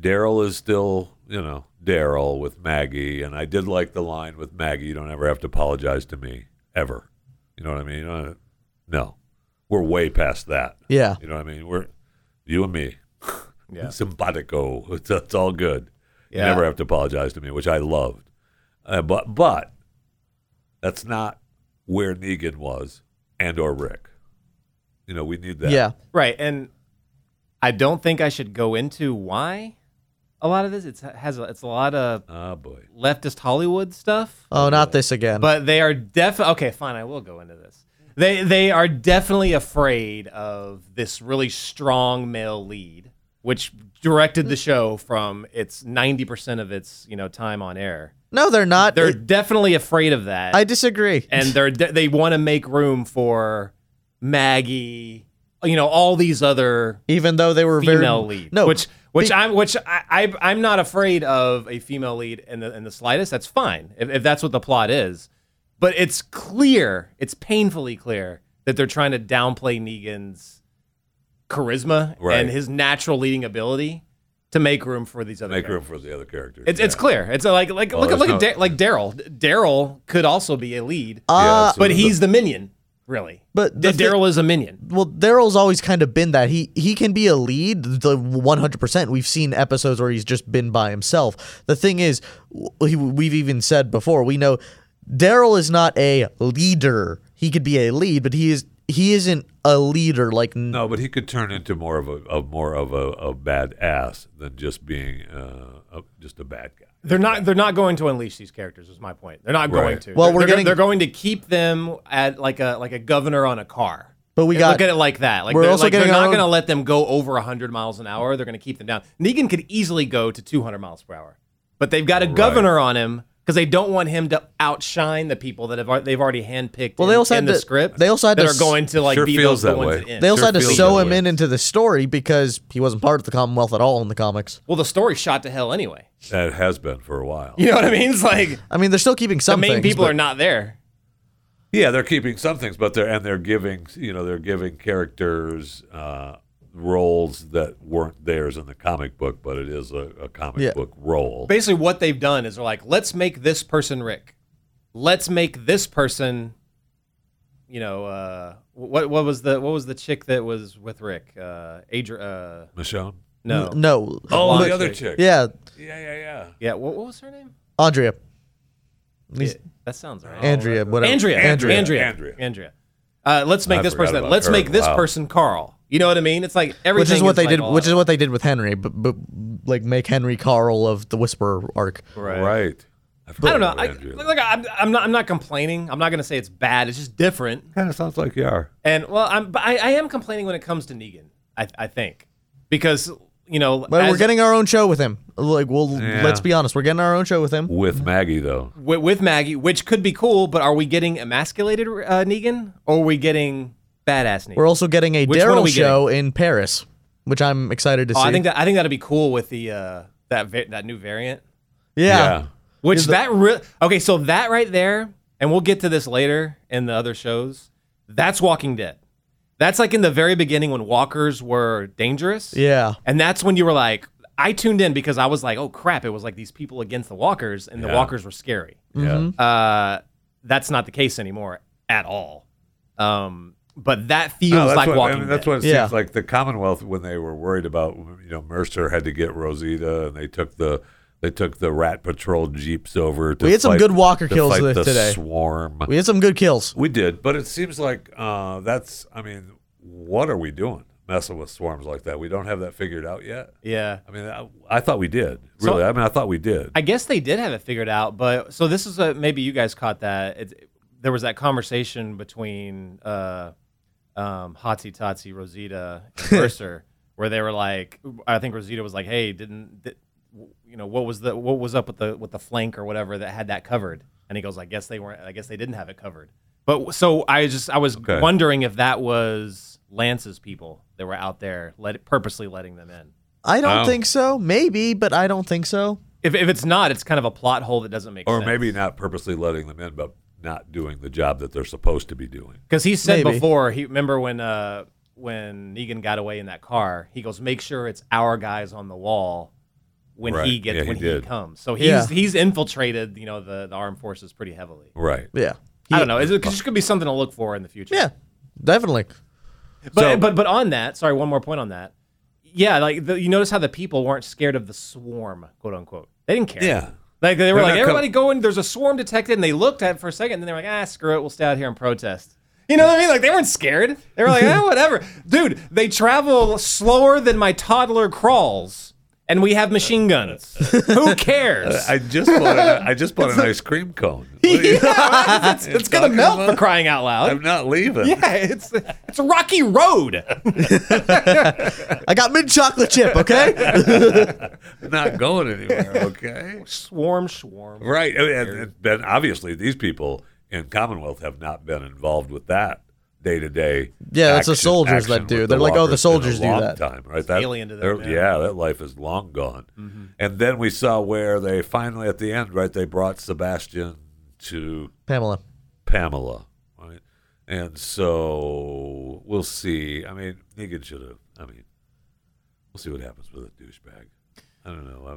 Speaker 1: Daryl is still, you know, Daryl with Maggie. And I did like the line with Maggie. You don't ever have to apologize to me ever. You know what I mean? Uh, no, we're way past that.
Speaker 2: Yeah.
Speaker 1: You know what I mean? We're you and me. <laughs>
Speaker 3: Yeah.
Speaker 1: Simpatico. <laughs> It's, it's all good.
Speaker 3: Yeah.
Speaker 1: You never have to apologize to me, which I loved. Uh, but but that's not where Negan was and or Rick. You know, we need that.
Speaker 2: Yeah.
Speaker 3: Right, and I don't think I should go into why a lot of this. It's has a, it's a lot of
Speaker 1: Ah, boy.
Speaker 3: leftist Hollywood stuff,
Speaker 2: Oh, not this again.
Speaker 3: but they are def. Okay, fine, I will go into this. They they are definitely afraid of this really strong male lead, which directed the show from its ninety percent of its you know time on air.
Speaker 2: no, they're not.
Speaker 3: They're
Speaker 2: It-
Speaker 3: definitely afraid of that
Speaker 2: I disagree.
Speaker 3: and they're they want to make room for Maggie, you know, all these other
Speaker 2: even though they were
Speaker 3: female
Speaker 2: very
Speaker 3: lead.
Speaker 2: no,
Speaker 3: which which
Speaker 2: be-
Speaker 3: I'm which I, I I'm not afraid of a female lead in the in the slightest. That's fine if, if that's what the plot is, but it's clear, it's painfully clear that they're trying to downplay Negan's charisma
Speaker 1: Right.
Speaker 3: and his natural leading ability to make room for these other
Speaker 1: Make
Speaker 3: characters.
Speaker 1: room for the other characters.
Speaker 3: It's, it's clear. It's like like look at
Speaker 1: there's
Speaker 3: look
Speaker 1: no-
Speaker 3: at da- like Daryl. Daryl could also be a lead.
Speaker 2: Uh,
Speaker 1: so
Speaker 3: But
Speaker 1: the-
Speaker 3: he's the minion, really.
Speaker 2: But the
Speaker 3: D- Daryl is a minion.
Speaker 2: well, Daryl's always kind of been that. He he can be a lead, the 100%. We've seen episodes where he's just been by himself. The thing is, w- he- we've even said before, we know Daryl is not a leader. he could be a lead, but he is he isn't a leader like
Speaker 1: No, but he could turn into more of a, a more of a, a bad ass than just being uh, a, just a bad guy.
Speaker 3: They're not. They're not going to unleash these characters. Is my point. They're not going
Speaker 1: Right.
Speaker 3: to.
Speaker 2: Well,
Speaker 3: They're-
Speaker 2: we're
Speaker 3: they're,
Speaker 2: getting-
Speaker 3: They're going to keep them at like a like a governor on a car.
Speaker 2: But we got-
Speaker 3: look at it like that. Like
Speaker 2: we're
Speaker 3: they're,
Speaker 2: also
Speaker 3: like, they're
Speaker 2: getting our
Speaker 3: not
Speaker 2: own-
Speaker 3: going to let them go over 100 miles an hour. They're going to keep them down. Negan could easily go to 200 miles per hour, but they've got a governor on him because they don't want him to outshine the people that have al- they've already handpicked.
Speaker 2: Well,
Speaker 3: in,
Speaker 2: they also
Speaker 3: in the
Speaker 2: had to-
Speaker 3: script.
Speaker 2: they also had
Speaker 3: that
Speaker 2: to
Speaker 3: are
Speaker 2: s-
Speaker 3: going to like
Speaker 1: Sure
Speaker 3: be
Speaker 1: feels
Speaker 3: those the
Speaker 1: that
Speaker 3: ones
Speaker 1: way.
Speaker 3: that end.
Speaker 2: They also
Speaker 1: Sure
Speaker 2: had to
Speaker 1: feels
Speaker 2: sew
Speaker 1: that
Speaker 2: him
Speaker 1: way.
Speaker 2: in into the story because he wasn't part of the Commonwealth at all in the comics.
Speaker 3: well, the story's shot to hell anyway. <laughs>
Speaker 1: That has been for a while.
Speaker 3: You know what I mean? It's like
Speaker 2: I mean, they're still keeping
Speaker 3: the
Speaker 2: some
Speaker 3: main
Speaker 2: things,
Speaker 3: people
Speaker 2: but-
Speaker 3: are not there.
Speaker 1: Yeah, they're keeping some things, but they're and they're giving you know they're giving characters uh, roles that weren't theirs in the comic book, but it is a, a comic
Speaker 2: Yeah.
Speaker 1: book role.
Speaker 3: basically what they've done is they're like, let's make this person Rick. Let's make this person, you know, uh, what what was the what was the chick that was with Rick? Uh, Adri- uh
Speaker 1: Michonne.
Speaker 3: no,
Speaker 2: no.
Speaker 1: Oh,
Speaker 3: blonde
Speaker 1: the other chick.
Speaker 3: chick.
Speaker 2: Yeah,
Speaker 1: yeah, yeah, yeah.
Speaker 3: yeah, what, what was her name?
Speaker 2: Andrea, He's-
Speaker 3: Yeah, that sounds right.
Speaker 2: Andrea, whatever.
Speaker 3: Andrea,
Speaker 1: Andrea,
Speaker 3: Andrea, Andrea,
Speaker 1: Andrea.
Speaker 3: Andrea. Uh, let's make
Speaker 1: I
Speaker 3: this
Speaker 1: forgot
Speaker 3: person.
Speaker 1: about
Speaker 3: Let's
Speaker 1: her.
Speaker 3: make this
Speaker 1: Wow.
Speaker 3: person Carl. You know what I mean? It's like everything.
Speaker 2: which is what they
Speaker 3: like
Speaker 2: did.
Speaker 3: all-
Speaker 2: Which is what they did with Henry, but, but like make Henry Carl of the Whisperer arc.
Speaker 1: Right. I,
Speaker 3: I
Speaker 1: forgot
Speaker 3: don't know.
Speaker 1: about
Speaker 3: I,
Speaker 1: Andrea.
Speaker 3: like, I'm, I'm not. I'm not complaining. I'm not going to say it's bad. It's just different.
Speaker 1: kind of sounds like you are.
Speaker 3: And well, I'm but I, I am complaining when it comes to Negan. I I think because you know
Speaker 2: But
Speaker 3: as-
Speaker 2: we're getting our own show with him. Like, well,
Speaker 1: Yeah.
Speaker 2: let's be honest, we're getting our own show with him.
Speaker 1: With Maggie though,
Speaker 3: with, with Maggie, which could be cool. But are we getting emasculated uh, Negan or are we getting badass Negan?
Speaker 2: We're also getting a
Speaker 3: Which one are
Speaker 2: Daryl
Speaker 3: we getting?
Speaker 2: show in Paris, which I'm excited to
Speaker 3: oh,
Speaker 2: see.
Speaker 3: I think that I think that'd be cool with the uh, that va- that new variant.
Speaker 2: yeah.
Speaker 1: yeah.
Speaker 3: Which that re- okay, so that right there, and we'll get to this later in the other shows. That's Walking Dead. That's like in the very beginning when walkers were dangerous.
Speaker 2: Yeah.
Speaker 3: And that's when you were like, I tuned in because I was like, oh crap, it was like these people against the walkers, and the
Speaker 1: Yeah.
Speaker 3: walkers were scary.
Speaker 2: Mm-hmm.
Speaker 1: yeah.
Speaker 3: Uh, that's not the case anymore at all. Um, but that feels
Speaker 1: No, that's
Speaker 3: like
Speaker 1: what, I
Speaker 3: Walking
Speaker 1: mean,
Speaker 3: Dead.
Speaker 1: That's what it
Speaker 2: Yeah.
Speaker 1: seems like. The Commonwealth, when they were worried about, you know, Mercer had to get Rosita, and they took the they took the Rat Patrol jeeps over. To
Speaker 2: We had some
Speaker 1: fight-
Speaker 2: good walker
Speaker 1: to
Speaker 2: kills
Speaker 1: fight
Speaker 2: thi-
Speaker 1: the
Speaker 2: today.
Speaker 1: Swarm.
Speaker 2: We had some good kills.
Speaker 1: We did, but it seems like uh, that's. I mean, what are we doing messing with swarms like that? We don't have that figured out yet.
Speaker 3: yeah.
Speaker 1: I mean, I, I thought we did. Really, I mean, I thought we did.
Speaker 3: I guess they did have it figured out, but so this is a maybe you guys caught that. It, there was that conversation between uh, um, Hotsy Totsy, Rosita,
Speaker 1: <laughs>
Speaker 3: and Mercer, where they were like, I think Rosita was like, "Hey, didn't di- you know what was the what was up with the with the flank or whatever that had that covered?" And he goes, "I guess they weren't. I guess they didn't have it covered." But so I just I was
Speaker 1: Okay.
Speaker 3: wondering if that was Lance's people that were out there let, purposely letting them in.
Speaker 2: I don't
Speaker 1: Oh.
Speaker 2: think so. Maybe, but I don't think so.
Speaker 3: If, if it's not, it's kind of a plot hole that doesn't make
Speaker 1: or
Speaker 3: sense.
Speaker 1: maybe not purposely letting them in, but not doing the job that they're supposed to be doing.
Speaker 3: Because he said
Speaker 2: Maybe.
Speaker 3: before, he remember when uh, when Negan got away in that car, he goes, "Make sure it's our guys on the wall when he
Speaker 1: Right.
Speaker 3: gets
Speaker 1: Yeah, he
Speaker 3: when he,
Speaker 1: did.
Speaker 3: comes." So he's he's infiltrated, you know, the, the armed forces pretty heavily.
Speaker 1: Right.
Speaker 2: Yeah.
Speaker 3: I don't know. Is it, cause this could be something to look for in the future.
Speaker 2: Yeah, definitely.
Speaker 3: but
Speaker 1: So-
Speaker 3: but but on that, sorry, one more point on that. Yeah, like the, you notice how the people weren't scared of the swarm, quote unquote. They didn't care.
Speaker 1: Yeah.
Speaker 3: Like they were
Speaker 1: They're
Speaker 3: like,
Speaker 1: not
Speaker 3: everybody go in. There's a swarm detected, and they looked at it for a second, and then they were like, ah, screw it, we'll stay out here and protest. You know what I mean? Like they weren't scared. They were
Speaker 1: <laughs>
Speaker 3: like, ah, whatever, dude. They travel slower than my toddler crawls, and we have machine
Speaker 1: <laughs>
Speaker 3: guns. Who cares?
Speaker 1: I just bought an, I
Speaker 3: <laughs>
Speaker 1: just bought an ice cream cone. What are you-
Speaker 3: Yeah, <laughs> it's it's gonna
Speaker 1: talking
Speaker 3: melt
Speaker 1: about-
Speaker 3: for crying out loud.
Speaker 1: I'm not leaving.
Speaker 3: <laughs> yeah, it's it's a rocky road.
Speaker 2: I got mint chocolate chip.
Speaker 3: <laughs>
Speaker 2: Okay.
Speaker 1: I'm not going anywhere. Okay.
Speaker 3: swarm, swarm.
Speaker 1: Right. Oh, And, and, and then obviously these people in Commonwealth have not been involved with that day to day.
Speaker 2: Yeah, that's the soldiers that do. They're like, oh, the soldiers do that.
Speaker 1: Time, right? That,
Speaker 3: alien to them,
Speaker 1: they're- yeah.
Speaker 3: yeah.
Speaker 1: that life is long gone.
Speaker 2: Mm-hmm.
Speaker 1: And then we saw where they finally at the end, right? They brought Sebastian to
Speaker 2: Pamela.
Speaker 1: Pamela, right? And so we'll see. I mean, Negan should have. I mean, we'll see what happens with a douchebag. I don't know.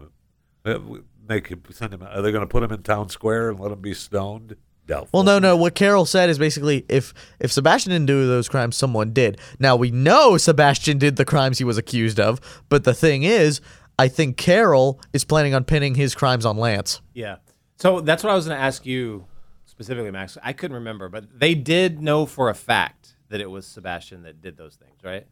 Speaker 1: I mean, uh, we- make him send him. Are they going to put him in town square and let him be stoned? Doubtful.
Speaker 2: Well, no, no. What Carol said is basically if if Sebastian didn't do those crimes, someone did. Now we know Sebastian did the crimes he was accused of, but the thing is, I think Carol is planning on pinning his crimes on Lance.
Speaker 3: Yeah. So that's what I was going to ask you specifically Max. I couldn't remember, but they did know for a fact that it was Sebastian that did those things, right?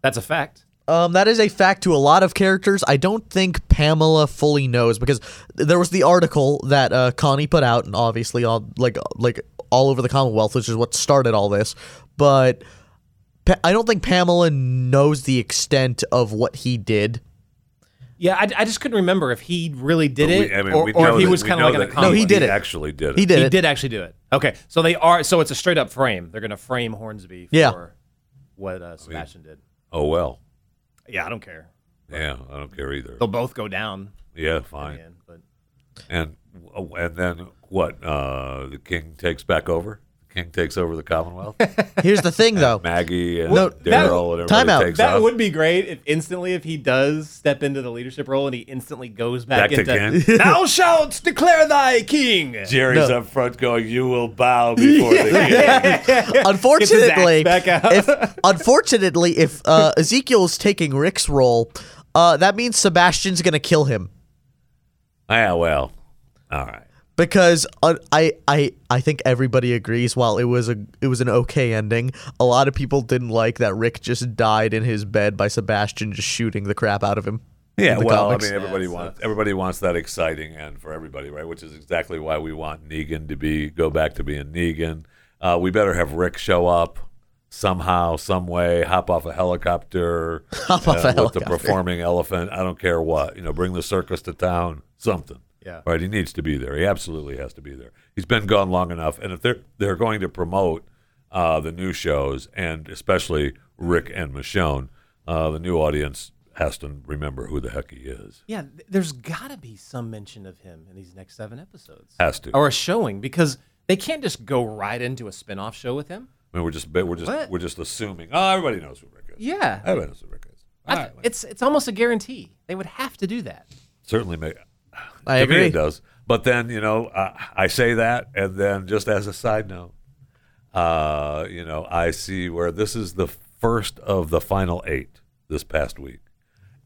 Speaker 3: That's a fact.
Speaker 2: Um, that is a fact to a lot of characters. I don't think Pamela fully knows because there was the article that uh, Connie put out, and obviously all like like all over the Commonwealth, which is what started all this. But pa- I don't think Pamela knows the extent of what he did.
Speaker 3: Yeah, I, I just couldn't remember if he really did
Speaker 1: We-
Speaker 3: it
Speaker 1: I mean,
Speaker 3: or,
Speaker 1: we
Speaker 3: or
Speaker 1: know
Speaker 3: if he
Speaker 1: that-
Speaker 3: was
Speaker 1: we
Speaker 3: kind of
Speaker 1: know
Speaker 3: like in a
Speaker 1: that
Speaker 3: comedy.
Speaker 2: No, he did it.
Speaker 1: Actually, did it.
Speaker 2: He did
Speaker 3: He
Speaker 2: it.
Speaker 3: did actually do it. Okay, so they are. So it's a straight up frame. They're gonna frame Hornsby for
Speaker 2: Yeah.
Speaker 3: what uh, Sebastian did.
Speaker 1: Oh well.
Speaker 3: Yeah, I don't care.
Speaker 1: Yeah, I don't care either.
Speaker 3: They'll both go down.
Speaker 1: Yeah,
Speaker 3: in
Speaker 1: fine.
Speaker 3: the end, but
Speaker 1: And oh, and then what? Uh, the king takes back over. The king takes over the Commonwealth.
Speaker 2: Here's the thing, though.
Speaker 1: Maggie and
Speaker 2: No,
Speaker 3: that-
Speaker 1: Daryl and everybody
Speaker 2: time out.
Speaker 1: takes
Speaker 3: that
Speaker 1: off.
Speaker 3: would be great if instantly if he does step into the leadership role and he instantly goes back,
Speaker 1: Back to
Speaker 3: into <laughs> Thou shalt declare thy king.
Speaker 1: Jerry's
Speaker 2: No.
Speaker 1: up front going, "You will bow before
Speaker 2: <laughs>
Speaker 1: the king." <laughs>
Speaker 2: unfortunately,
Speaker 3: Get his axe back out.
Speaker 2: if unfortunately if uh, Ezekiel's taking Rick's role, uh, that means Sebastian's gonna kill him.
Speaker 1: Yeah, well, all right.
Speaker 2: because uh, I I I think everybody agrees. While it was a it was an okay ending, a lot of people didn't like that Rick just died in his bed by Sebastian just shooting the crap out of him.
Speaker 1: Yeah,
Speaker 2: in the
Speaker 1: well,
Speaker 2: comics.
Speaker 1: I mean, everybody wants everybody wants that exciting end for everybody, right? Which is exactly why we want Negan to be go back to being Negan. Uh, we better have Rick show up somehow, some way, hop off a helicopter,
Speaker 2: <laughs>
Speaker 1: uh,
Speaker 2: Hop off a
Speaker 1: with the
Speaker 2: helicopter.
Speaker 1: performing elephant. I don't care what, you know, bring the circus to town, something.
Speaker 3: Yeah.
Speaker 1: right. He needs to be there. He absolutely has to be there. He's been gone long enough, and if they're they're going to promote uh, the new shows and especially Rick and Michonne, uh, the new audience has to remember who the heck he is.
Speaker 3: Yeah, th- there's got to be some mention of him in these next seven episodes
Speaker 1: Has to.
Speaker 3: or a showing because they can't just go right into a spin-off show with him.
Speaker 1: I mean, we're just we're just
Speaker 3: What?
Speaker 1: we're just assuming. Oh, everybody knows who Rick is.
Speaker 3: Yeah,
Speaker 1: everybody knows who Rick is.
Speaker 3: I
Speaker 1: All
Speaker 3: th-
Speaker 1: right, well,
Speaker 3: it's it's almost a guarantee. They would have to do that.
Speaker 1: certainly make.
Speaker 2: I
Speaker 1: to me,
Speaker 2: agree.
Speaker 1: it does. But then you know, uh, I say that, and then just as a side note, uh, you know, I see where this is the first of the final eight this past week,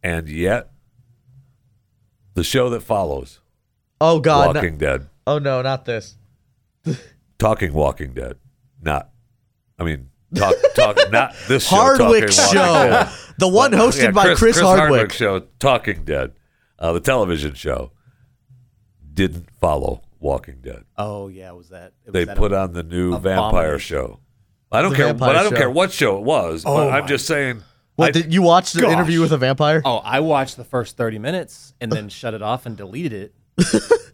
Speaker 1: and yet the show that follows,
Speaker 2: Oh God! no-
Speaker 1: Walking Dead,
Speaker 2: oh no, not this.
Speaker 1: talking Walking Dead, not. I mean, talk, talk, not this show.
Speaker 2: Hardwick
Speaker 1: Talking Walking
Speaker 2: show,
Speaker 1: Dead.
Speaker 2: the one
Speaker 1: Well,
Speaker 2: <laughs> hosted
Speaker 1: yeah,
Speaker 2: by Chris, Hardwick.
Speaker 1: show Talking Dead, uh, the television show, didn't follow Walking Dead.
Speaker 3: Oh yeah, was that? Was
Speaker 1: They
Speaker 3: that
Speaker 1: put on the new vampire show. I don't
Speaker 2: The
Speaker 1: care, but
Speaker 2: vampire
Speaker 1: I don't
Speaker 2: show.
Speaker 1: care what show it was. but
Speaker 3: Oh
Speaker 1: I'm
Speaker 3: my-
Speaker 1: just saying.
Speaker 2: What
Speaker 1: I-
Speaker 2: did you watch the
Speaker 3: Gosh.
Speaker 2: interview with a vampire?
Speaker 3: Oh, I watched the first 30 minutes and
Speaker 1: <laughs>
Speaker 3: then shut it off and deleted it.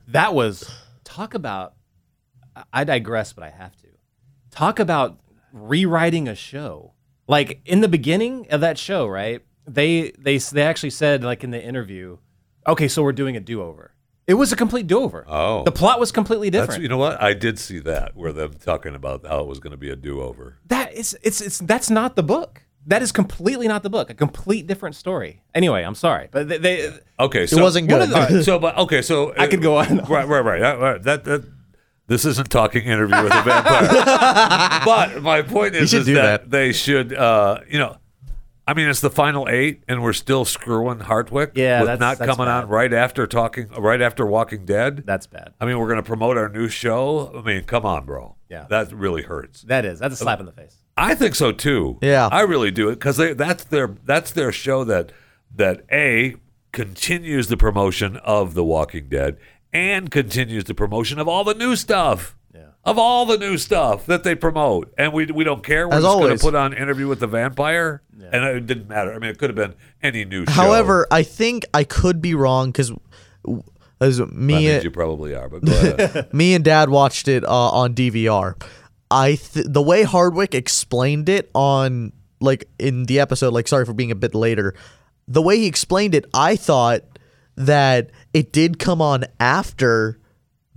Speaker 3: that was talk about I- I digress, but I have to. Talk about rewriting a show. Like in the beginning of that show, right? They they they actually said like in the interview, "Okay, so we're doing a do-over." It was a complete do-over.
Speaker 1: Oh.
Speaker 3: The plot was completely
Speaker 1: that's,
Speaker 3: different.
Speaker 1: you know what? I did see that where them talking about how it was going to be a do-over.
Speaker 3: that is it's it's that's not the book. That is completely not the book. A complete different story. Anyway, I'm sorry, but they, they
Speaker 1: Okay, so
Speaker 2: wasn't
Speaker 3: One of
Speaker 2: good.
Speaker 3: the- <laughs>
Speaker 1: Alright, so, but okay, so
Speaker 3: I could go on.
Speaker 1: Right, right, right. Uh, right. That, that this isn't talking interview with a vampire.
Speaker 3: <laughs>
Speaker 1: but my point is,
Speaker 2: should
Speaker 1: is
Speaker 2: do
Speaker 1: that,
Speaker 2: that.
Speaker 1: they should, uh, you know, I mean, it's the final eight, and we're still screwing Hartwick.
Speaker 3: Yeah,
Speaker 1: with
Speaker 3: that's-
Speaker 1: not
Speaker 3: that's
Speaker 1: coming on
Speaker 3: bad.
Speaker 1: right after talking, right after Walking Dead.
Speaker 3: that's bad.
Speaker 1: I mean, we're going to promote our new show. I mean, come on, bro.
Speaker 3: Yeah.
Speaker 1: that really hurts.
Speaker 3: That is. That's a slap in the face.
Speaker 1: I think so too.
Speaker 2: Yeah.
Speaker 1: I really do it because that's their that's their show that that a continues the promotion of The Walking Dead and continues the promotion of all the new stuff.
Speaker 3: Yeah.
Speaker 1: Of all the new stuff that they promote, and we we don't care. We're
Speaker 2: As
Speaker 1: just going
Speaker 2: always.
Speaker 1: to put on Interview with the Vampire, and it didn't matter. I mean, it could have been any new show.
Speaker 2: However, I think I could be wrong because as
Speaker 1: I
Speaker 2: me
Speaker 1: mean, you probably are, but go ahead. <laughs>
Speaker 2: <laughs> me and dad watched it uh, on DVR. I th- the way Hardwick explained it on like in the episode like sorry for being a bit later. The way he explained it, I thought that it did come on after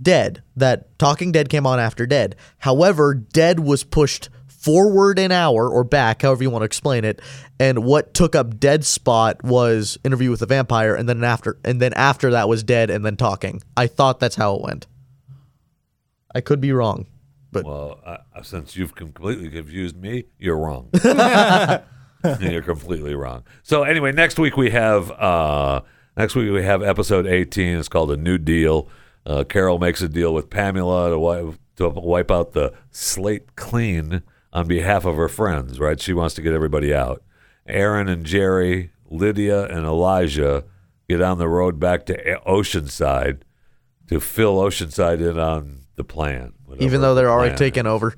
Speaker 2: Dead. That Talking Dead came on after Dead. However, Dead was pushed forward an hour or back, however you want to explain it. And what took up Dead spot was Interview with the Vampire, and then after and then after that was Dead, and then Talking. I thought that's how it went. I could be wrong, but
Speaker 1: well, I, since you've completely confused me, you're wrong. <laughs> You're completely wrong. So anyway, next week we have uh, next week we have episode 18. It's called a New Deal. Uh, Carol makes a deal with Pamela to, wi- to wipe out the slate clean on behalf of her friends, right? She wants to get everybody out. Aaron and Jerry, Lydia and Elijah get on the road back to A- Oceanside to fill Oceanside in on the plan.
Speaker 2: even though they're already
Speaker 1: taken.
Speaker 2: taken over.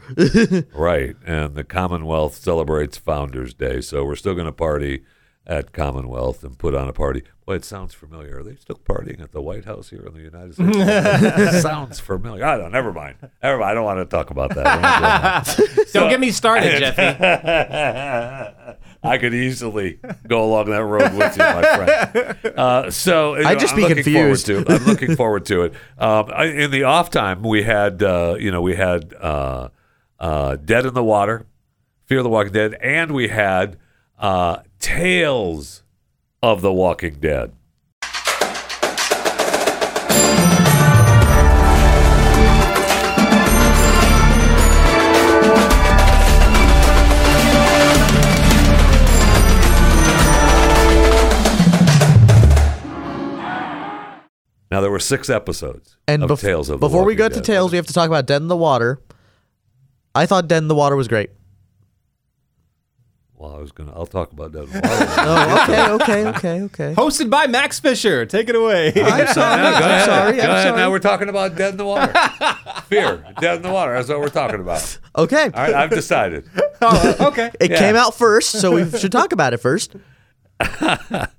Speaker 1: Right. And the Commonwealth celebrates Founders Day. So we're still going to party at Commonwealth and put on a party. Boy, it sounds familiar. Are they still partying at the White House here in the United States? sounds familiar. I don't. Never mind. Never mind. I don't want to talk about that. We're not doing that.
Speaker 3: Don't get me started, Jeffy.
Speaker 1: I could easily go along that road with you, my friend. Uh, so you know,
Speaker 2: just
Speaker 1: I'm
Speaker 2: be
Speaker 1: looking
Speaker 2: confused.
Speaker 1: Forward to, I'm looking forward to it. Um, I, in the off time, we had uh, you know we had uh, uh, Dead in the Water, Fear the Walking Dead, and we had uh, Tales of the Walking Dead. Now there were six episodes
Speaker 2: and
Speaker 1: of
Speaker 2: bef-
Speaker 1: Tales of the
Speaker 2: before we
Speaker 1: Walking
Speaker 2: go to
Speaker 1: Dead.
Speaker 2: Tales, we have to talk about Dead in the Water. I thought Dead in the Water was great.
Speaker 1: Well, I was gonna. I'll talk about that. In
Speaker 2: <laughs>
Speaker 1: a while.
Speaker 2: Oh, okay, okay, okay, okay.
Speaker 3: Hosted by Max Fisher. Take it away.
Speaker 2: I'm sorry. I'm sorry.
Speaker 1: Go ahead.
Speaker 2: I'm
Speaker 1: Now
Speaker 2: sorry.
Speaker 1: we're talking about dead in the water. Fear, dead in the water. That's what we're talking about.
Speaker 2: Okay.
Speaker 1: All right, I've
Speaker 2: <laughs>
Speaker 1: decided.
Speaker 3: <laughs> Oh, okay.
Speaker 2: It
Speaker 1: Yeah.
Speaker 2: came out first, so we should talk about
Speaker 1: <laughs>
Speaker 2: it first.
Speaker 1: I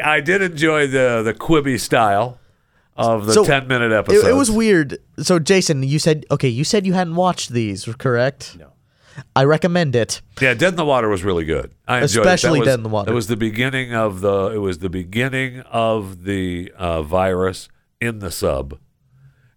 Speaker 1: I did enjoy the the Quibi style of the
Speaker 2: So,
Speaker 1: ten minute
Speaker 2: It,
Speaker 1: episode.
Speaker 2: it was weird. So, Jason, you said okay. You said you hadn't watched these, correct?
Speaker 3: No.
Speaker 2: I recommend it.
Speaker 1: yeah, dead in the water was really good. I enjoyed
Speaker 2: Especially
Speaker 1: it. That was-
Speaker 2: Dead in the Water.
Speaker 1: It was the beginning of the. It was the beginning of the uh, virus in the sub.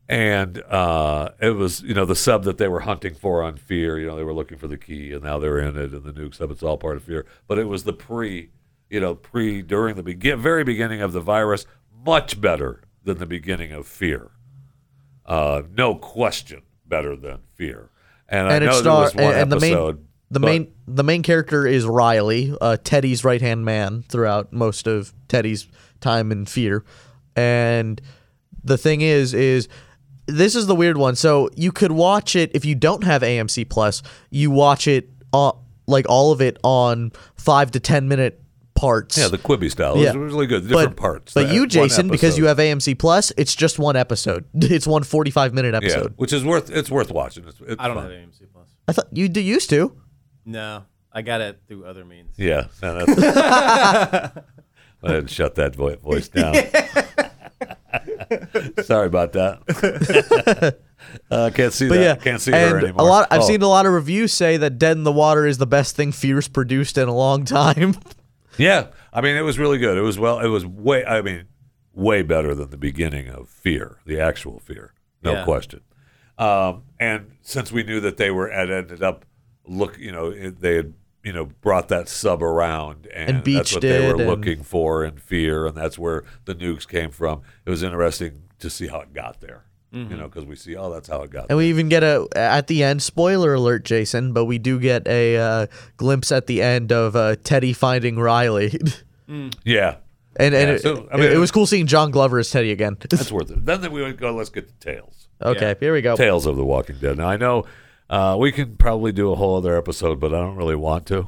Speaker 1: and uh, it was you know the sub that they were hunting for on Fear. You know they were looking for the key, and now they're in it. And the nuke sub, it's all part of Fear. But it was the pre, you know, pre during the begin, very beginning of the virus, much better than the beginning of Fear. Uh, no question, better than Fear. And,
Speaker 2: And
Speaker 1: I
Speaker 2: it
Speaker 1: know
Speaker 2: star-
Speaker 1: Uh, there was one
Speaker 2: and- and the main-
Speaker 1: episode.
Speaker 2: The
Speaker 1: but-
Speaker 2: main the main character is Riley, uh, Teddy's right hand man throughout most of Teddy's time in Fear, and the thing is is this is the weird one. So you could watch it if you don't have AMC Plus, you watch it uh, like all of it on five to ten minute parts.
Speaker 1: yeah, the Quibi style. It
Speaker 2: Yeah.
Speaker 1: was really good. Different
Speaker 2: but,
Speaker 1: parts.
Speaker 2: But
Speaker 1: That
Speaker 2: you,
Speaker 1: one
Speaker 2: Jason, because
Speaker 1: episode.
Speaker 2: you have AMC Plus, it's just one episode. <laughs> It's one 45 minute
Speaker 1: yeah,
Speaker 2: episode.
Speaker 1: which is worth it's worth watching. It's, it's
Speaker 3: I don't
Speaker 1: fun.
Speaker 3: have AMC Plus.
Speaker 2: I thought you d- used to.
Speaker 3: No, I got it through other means.
Speaker 1: Yeah.
Speaker 2: <laughs>
Speaker 1: No, that's, <laughs> I had to shut that vo-
Speaker 2: <laughs>
Speaker 1: voice down. <laughs> Sorry about that.
Speaker 2: <laughs>
Speaker 1: <laughs> uh, can't see
Speaker 2: But
Speaker 1: that.
Speaker 2: yeah,
Speaker 1: can't see
Speaker 2: and
Speaker 1: her anymore.
Speaker 2: A lot. I've
Speaker 1: Oh,
Speaker 2: seen a lot of reviews say that Dead in the Water is the best thing Fear's produced in a long time. <laughs>
Speaker 1: Yeah, I mean, it was really good. It was well. It was way. I mean, way better than the beginning of Fear, the actual Fear, no
Speaker 3: Yeah.
Speaker 1: question. Um, and since we knew that they were had ended up look, you know, it- they had you know brought that sub around, and,
Speaker 2: And
Speaker 1: that's
Speaker 2: beached
Speaker 1: what they
Speaker 2: it
Speaker 1: were
Speaker 2: and-
Speaker 1: looking for in Fear, and that's where the nukes came from. It was interesting to see how it got there. You know, because we see, oh, that's how it got.
Speaker 2: Mm-hmm. and we even get a at the end spoiler alert, Jason. But we do get a uh, glimpse at the end of uh, Teddy finding Riley, <laughs>
Speaker 1: there. Yeah,
Speaker 2: and and
Speaker 1: Yeah,
Speaker 2: it,
Speaker 1: so, I
Speaker 2: it-
Speaker 1: mean-
Speaker 2: it was cool seeing John Glover as Teddy again.
Speaker 1: that's worth it. Then we would go. Let's get to tails.
Speaker 2: <laughs> okay,
Speaker 3: Yeah.
Speaker 2: here we go.
Speaker 1: Tales of the Walking Dead. Now I know uh, we can probably do a whole other episode, but I don't really want to.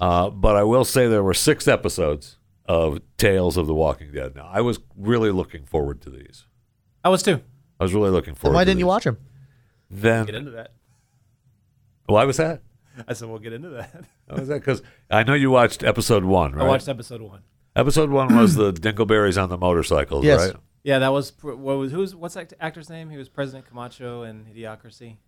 Speaker 1: Uh, but I will say there were six episodes of Tales of the Walking Dead. Now I was really looking forward to these.
Speaker 3: I was too.
Speaker 1: I was really looking forward.
Speaker 2: Why
Speaker 1: to
Speaker 2: didn't
Speaker 1: these.
Speaker 2: you watch him?
Speaker 3: Get
Speaker 1: Then
Speaker 3: into that.
Speaker 1: why was that?
Speaker 3: I said we'll get into <laughs> that.
Speaker 1: Why was that? Because I know you watched episode one,
Speaker 3: I
Speaker 1: right?
Speaker 3: watched episode one.
Speaker 1: episode one was the Dingleberries on the motorcycles,
Speaker 2: Yes.
Speaker 1: right?
Speaker 3: Yeah, that was pr- what was who's what's that actor's name? He was President Camacho in Idiocracy.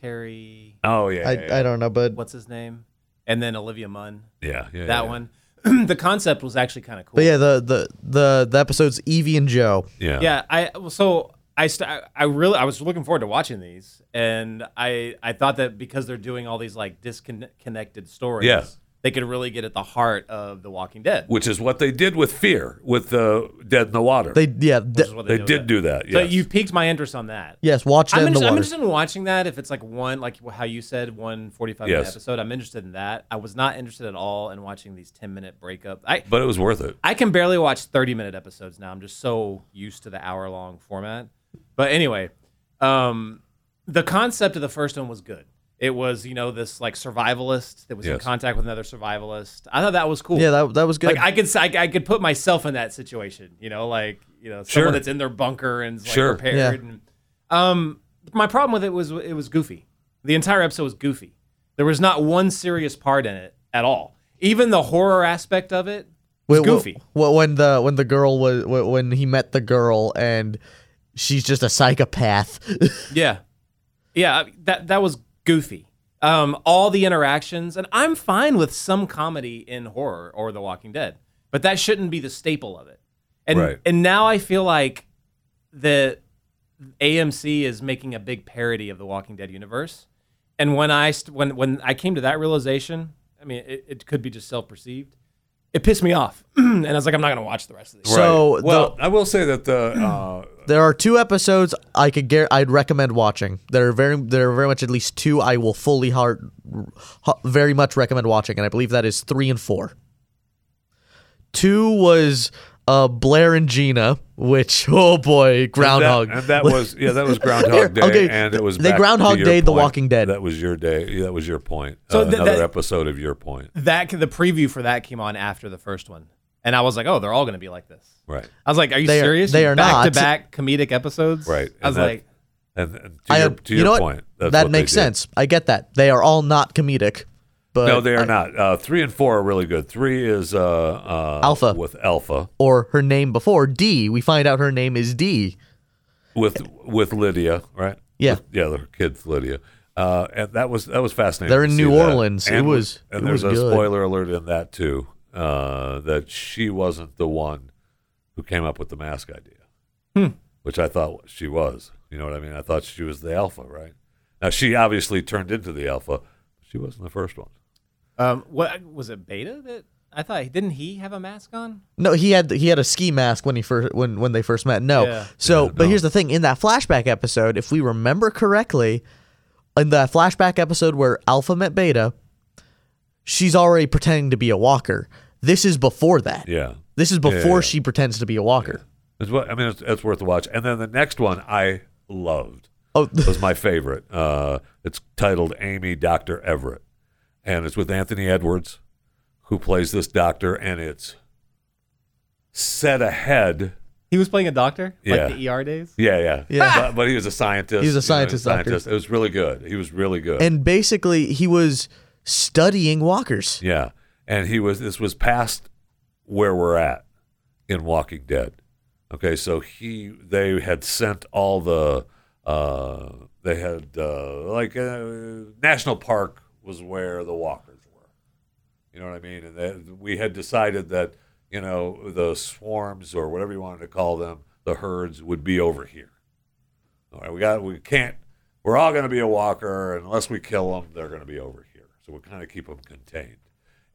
Speaker 3: Terry,
Speaker 1: Oh yeah,
Speaker 2: I,
Speaker 1: yeah,
Speaker 2: I don't know, but
Speaker 3: what's his name? And then Olivia Munn.
Speaker 1: yeah, yeah, yeah,
Speaker 3: That
Speaker 1: yeah.
Speaker 3: one. <clears throat> the concept was actually kind of cool.
Speaker 2: but yeah, the the the the episode's Evie and Joe.
Speaker 1: Yeah,
Speaker 3: yeah i well, so i st- I- i really i was looking forward to watching these and i i thought that because they're doing all these like disconnected stories
Speaker 1: Yeah.
Speaker 3: they could really get at the heart of the walking dead
Speaker 1: Which is what they did with Fear, with the Dead in the Water.
Speaker 2: They yeah.
Speaker 3: which
Speaker 2: d-
Speaker 3: is what
Speaker 1: They
Speaker 3: with
Speaker 1: did
Speaker 3: it.
Speaker 1: do that. Yes.
Speaker 3: so you piqued my interest on that
Speaker 2: Yes, watch Dead
Speaker 3: I'm
Speaker 2: in the
Speaker 3: interested, I'm
Speaker 2: Water.
Speaker 3: interested in watching that if it's like one like how you said one 45 minute
Speaker 1: Yes.
Speaker 3: episode i'm interested in that i was not interested at all in watching these 10 minute breakup i
Speaker 1: but it was worth it.
Speaker 3: I can barely watch 30 minute episodes now. I'm just so used to the hour long format. But anyway, um, the concept of the first one was good. It was, you know, this like survivalist that was in
Speaker 1: Yes.
Speaker 3: contact with another survivalist. I thought that was cool.
Speaker 2: Yeah, that, that was good.
Speaker 3: like I could s- I, I could put myself in that situation, you know, like you know
Speaker 1: Sure.
Speaker 3: someone that's in their bunker and is, like
Speaker 1: Sure.
Speaker 3: prepared.
Speaker 2: Yeah.
Speaker 3: And, um, my problem with it was it was goofy. The entire episode was goofy. There was not one serious part in it at all. Even the horror aspect of it was
Speaker 2: Wh- wh-
Speaker 3: goofy.
Speaker 2: wh- when the when the girl was wh- when he met the girl and she's just a psychopath. <laughs>
Speaker 3: Yeah, yeah. I- That that was goofy. Um, all the interactions, and I'm fine with some comedy in horror or The Walking Dead, but that shouldn't be the staple of it. And
Speaker 1: Right.
Speaker 3: and now I feel like the AMC is making a big parody of The Walking Dead universe. And when I st- when when I came to that realization, I mean, it, it could be just self perceived. It pissed me off, <clears throat> and I was like, I'm not gonna watch the rest of this.
Speaker 2: So
Speaker 1: well, I will say that the uh,
Speaker 2: There are two episodes I could gar- I'd recommend watching. There are very there are very much at least two I will fully heart ha- very much recommend watching, and I believe that is three and four. Two was uh, Blair and Gina, which <laughs> oh boy, Groundhog.
Speaker 1: That, and that was yeah, that was Groundhog Day,
Speaker 2: Okay,
Speaker 1: and it was
Speaker 2: they
Speaker 1: back to
Speaker 2: Groundhog
Speaker 1: your
Speaker 2: Day'd The
Speaker 1: point.
Speaker 2: Walking Dead.
Speaker 1: That was your day. yeah, That was your point.
Speaker 3: So
Speaker 1: Uh,
Speaker 3: th-
Speaker 1: another
Speaker 3: that-
Speaker 1: episode of your point,
Speaker 3: That the preview for that came on after the first one, and I was like, oh, they're all gonna be like this.
Speaker 1: right?
Speaker 3: I was like, "Are you
Speaker 2: They are-
Speaker 3: serious?
Speaker 2: they are
Speaker 3: back
Speaker 2: not.
Speaker 3: to back comedic episodes."
Speaker 1: Right.
Speaker 3: I
Speaker 1: And
Speaker 3: was
Speaker 1: that-
Speaker 3: like,
Speaker 1: And, and to
Speaker 2: <laughs> I- uh,
Speaker 1: your, to
Speaker 2: you
Speaker 1: your
Speaker 2: know what?
Speaker 1: point, that's
Speaker 2: that
Speaker 1: what they
Speaker 2: makes
Speaker 1: did.
Speaker 2: sense. I get that. They are all not comedic, but
Speaker 1: No, they are
Speaker 2: I-
Speaker 1: not. Uh, three and four are really good. Three is uh, uh,
Speaker 2: Alpha.
Speaker 1: with Alpha
Speaker 2: Or her name before D. We find out her name is D.
Speaker 1: with with Lydia, right?
Speaker 2: Yeah.
Speaker 1: With- yeah, their kid Lydia. Uh, and that was that was fascinating.
Speaker 2: They're
Speaker 1: to
Speaker 2: in
Speaker 1: see
Speaker 2: New
Speaker 1: that.
Speaker 2: Orleans. It
Speaker 1: And,
Speaker 2: was-
Speaker 1: and
Speaker 2: it
Speaker 1: there's a
Speaker 2: was good.
Speaker 1: spoiler alert in that too. Uh, that she wasn't the one who came up with the mask idea,
Speaker 2: Hmm.
Speaker 1: which I thought she was. You know what I mean? I thought she was the alpha, right? Now she obviously turned into the alpha. She wasn't the first one.
Speaker 3: um, "What was it? Beta? That I thought didn't he have a mask on?
Speaker 2: No, he had he had a ski mask when he first when when they first met. No,
Speaker 3: Yeah.
Speaker 2: so
Speaker 1: Yeah,
Speaker 2: but
Speaker 1: no.
Speaker 2: here's the thing: in that flashback episode, if we remember correctly, in that flashback episode where Alpha met Beta, she's already pretending to be a walker. This is before that.
Speaker 1: Yeah.
Speaker 2: This is before
Speaker 1: yeah.
Speaker 2: she pretends to be a walker.
Speaker 1: It's what I mean. It's, it's worth a watch. And then the next one I loved
Speaker 2: Oh,
Speaker 1: was my favorite. Uh, it's titled Amy Doctor Everett, and it's with Anthony Edwards, who plays this doctor, and it's set ahead.
Speaker 3: He was playing a doctor,
Speaker 1: Yeah.
Speaker 3: like the ER days.
Speaker 1: Yeah, yeah,
Speaker 2: Yeah.
Speaker 1: But, but he was a scientist.
Speaker 2: He was a
Speaker 1: you know,
Speaker 2: scientist doctor.
Speaker 1: It was really good. He was really good.
Speaker 2: and basically, he was studying walkers.
Speaker 1: yeah, and he was. This was past where we're at in Walking Dead. Okay, so he they had sent all the uh, they had uh, like uh, national park was where the walkers were. You know what I mean? And that we had decided that you know the swarms or whatever you wanted to call them, the herds would be over here. All right, we got we can't. We're all going to be a walker unless we kill them. They're going to be over here, so we'll kind of keep them contained.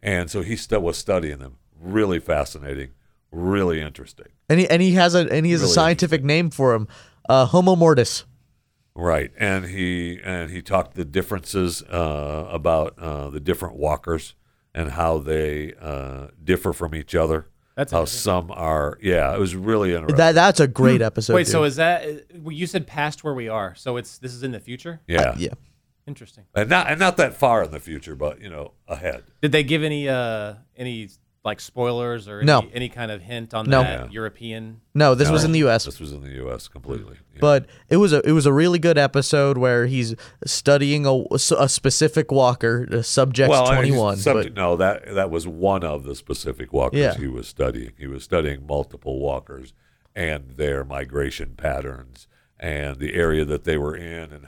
Speaker 1: And so he still was studying them. Really fascinating, really interesting.
Speaker 2: And he and he has a and he has a
Speaker 1: Really
Speaker 2: scientific name for him, uh, Homo mortis.
Speaker 1: Right, and he and he talked the differences uh, about uh, the different walkers and how they uh, differ from each other.
Speaker 3: That's
Speaker 1: how some are. Yeah, it was really interesting.
Speaker 2: That that's a great episode.
Speaker 3: Hmm. Wait,
Speaker 2: dude.
Speaker 3: so is that uh, you said past where we are? So it's this is in the future.
Speaker 1: yeah.
Speaker 2: yeah.
Speaker 3: Interesting.
Speaker 1: and not and not that far in the future, but you know, ahead.
Speaker 3: Did they give any uh any like spoilers or any,
Speaker 2: No.
Speaker 3: any kind of hint on
Speaker 2: No.
Speaker 3: that European?
Speaker 2: No, this was in the U.S.
Speaker 1: This was in the U.S. completely. Yeah.
Speaker 2: But it was a it was a really good episode where he's studying a, a specific walker, uh, subject
Speaker 1: I mean,
Speaker 2: twenty
Speaker 1: he's
Speaker 2: one.
Speaker 1: subject- no, that that was one of the specific walkers
Speaker 2: Yeah.
Speaker 1: he was studying. He was studying multiple walkers and their migration patterns and the area that they were in and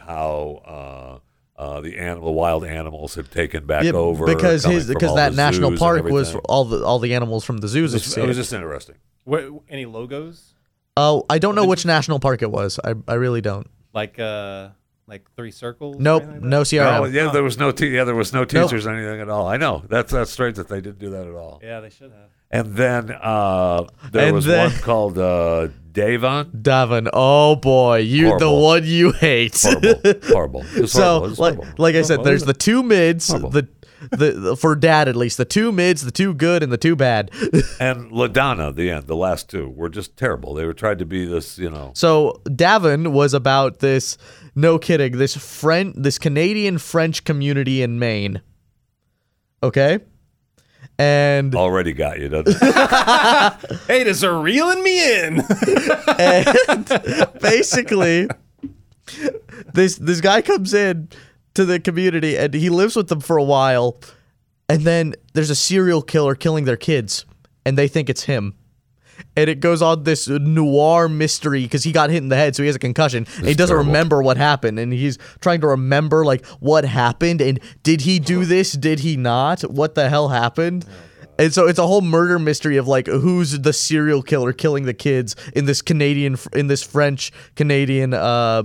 Speaker 1: how uh, uh, the animal, wild animals had taken back over
Speaker 2: because
Speaker 1: coming
Speaker 2: his
Speaker 1: from
Speaker 2: because
Speaker 1: all
Speaker 2: that
Speaker 1: the
Speaker 2: national
Speaker 1: zoos and
Speaker 2: park was
Speaker 1: everything.
Speaker 2: all the all the animals from the zoos.
Speaker 1: It was, it was just interesting.
Speaker 3: Where, any logos
Speaker 2: Oh, I don't know which national park it was. I, I really don't.
Speaker 3: like uh like three circles? or
Speaker 2: Nope,
Speaker 3: anything like
Speaker 2: no CRM.
Speaker 1: No, yeah, there was no te- yeah, there was no
Speaker 2: Nope.
Speaker 1: teachers or anything at all. I know that's that's strange that they didn't do that at all.
Speaker 3: that? Yeah, they should have.
Speaker 1: And then uh, there
Speaker 2: And
Speaker 1: was
Speaker 2: then-
Speaker 1: one called uh, Davon.
Speaker 2: Davin, oh boy, you're the
Speaker 1: Horrible.
Speaker 2: one you hate.
Speaker 1: horrible, horrible. It was
Speaker 2: <laughs> so
Speaker 1: horrible. It was
Speaker 2: like
Speaker 1: horrible.
Speaker 2: like I
Speaker 1: Horrible.
Speaker 2: said, there's the two mids,
Speaker 1: Horrible.
Speaker 2: the the, the for dad at least the two mids, the two good, and the two bad.
Speaker 1: And LaDonna, the end, the last two were just terrible. They were tried to be this, you know.
Speaker 2: So Davin was about this. No kidding. This French, this Canadian French community in Maine. Okay, and
Speaker 1: Already got you, doesn't
Speaker 2: <laughs>
Speaker 1: it?
Speaker 3: Hey, this are reeling me in. <laughs>
Speaker 2: <laughs> basically this this guy comes in to the community and he lives with them for a while and then there's a serial killer killing their kids and they think it's him and it goes on this noir mystery because he got hit in the head so he has a concussion and he doesn't
Speaker 1: terrible.
Speaker 2: remember what happened and he's trying to remember like what happened and did he do this did he not what the hell happened and so it's a whole murder mystery of like who's the serial killer killing the kids in this Canadian in this French Canadian uh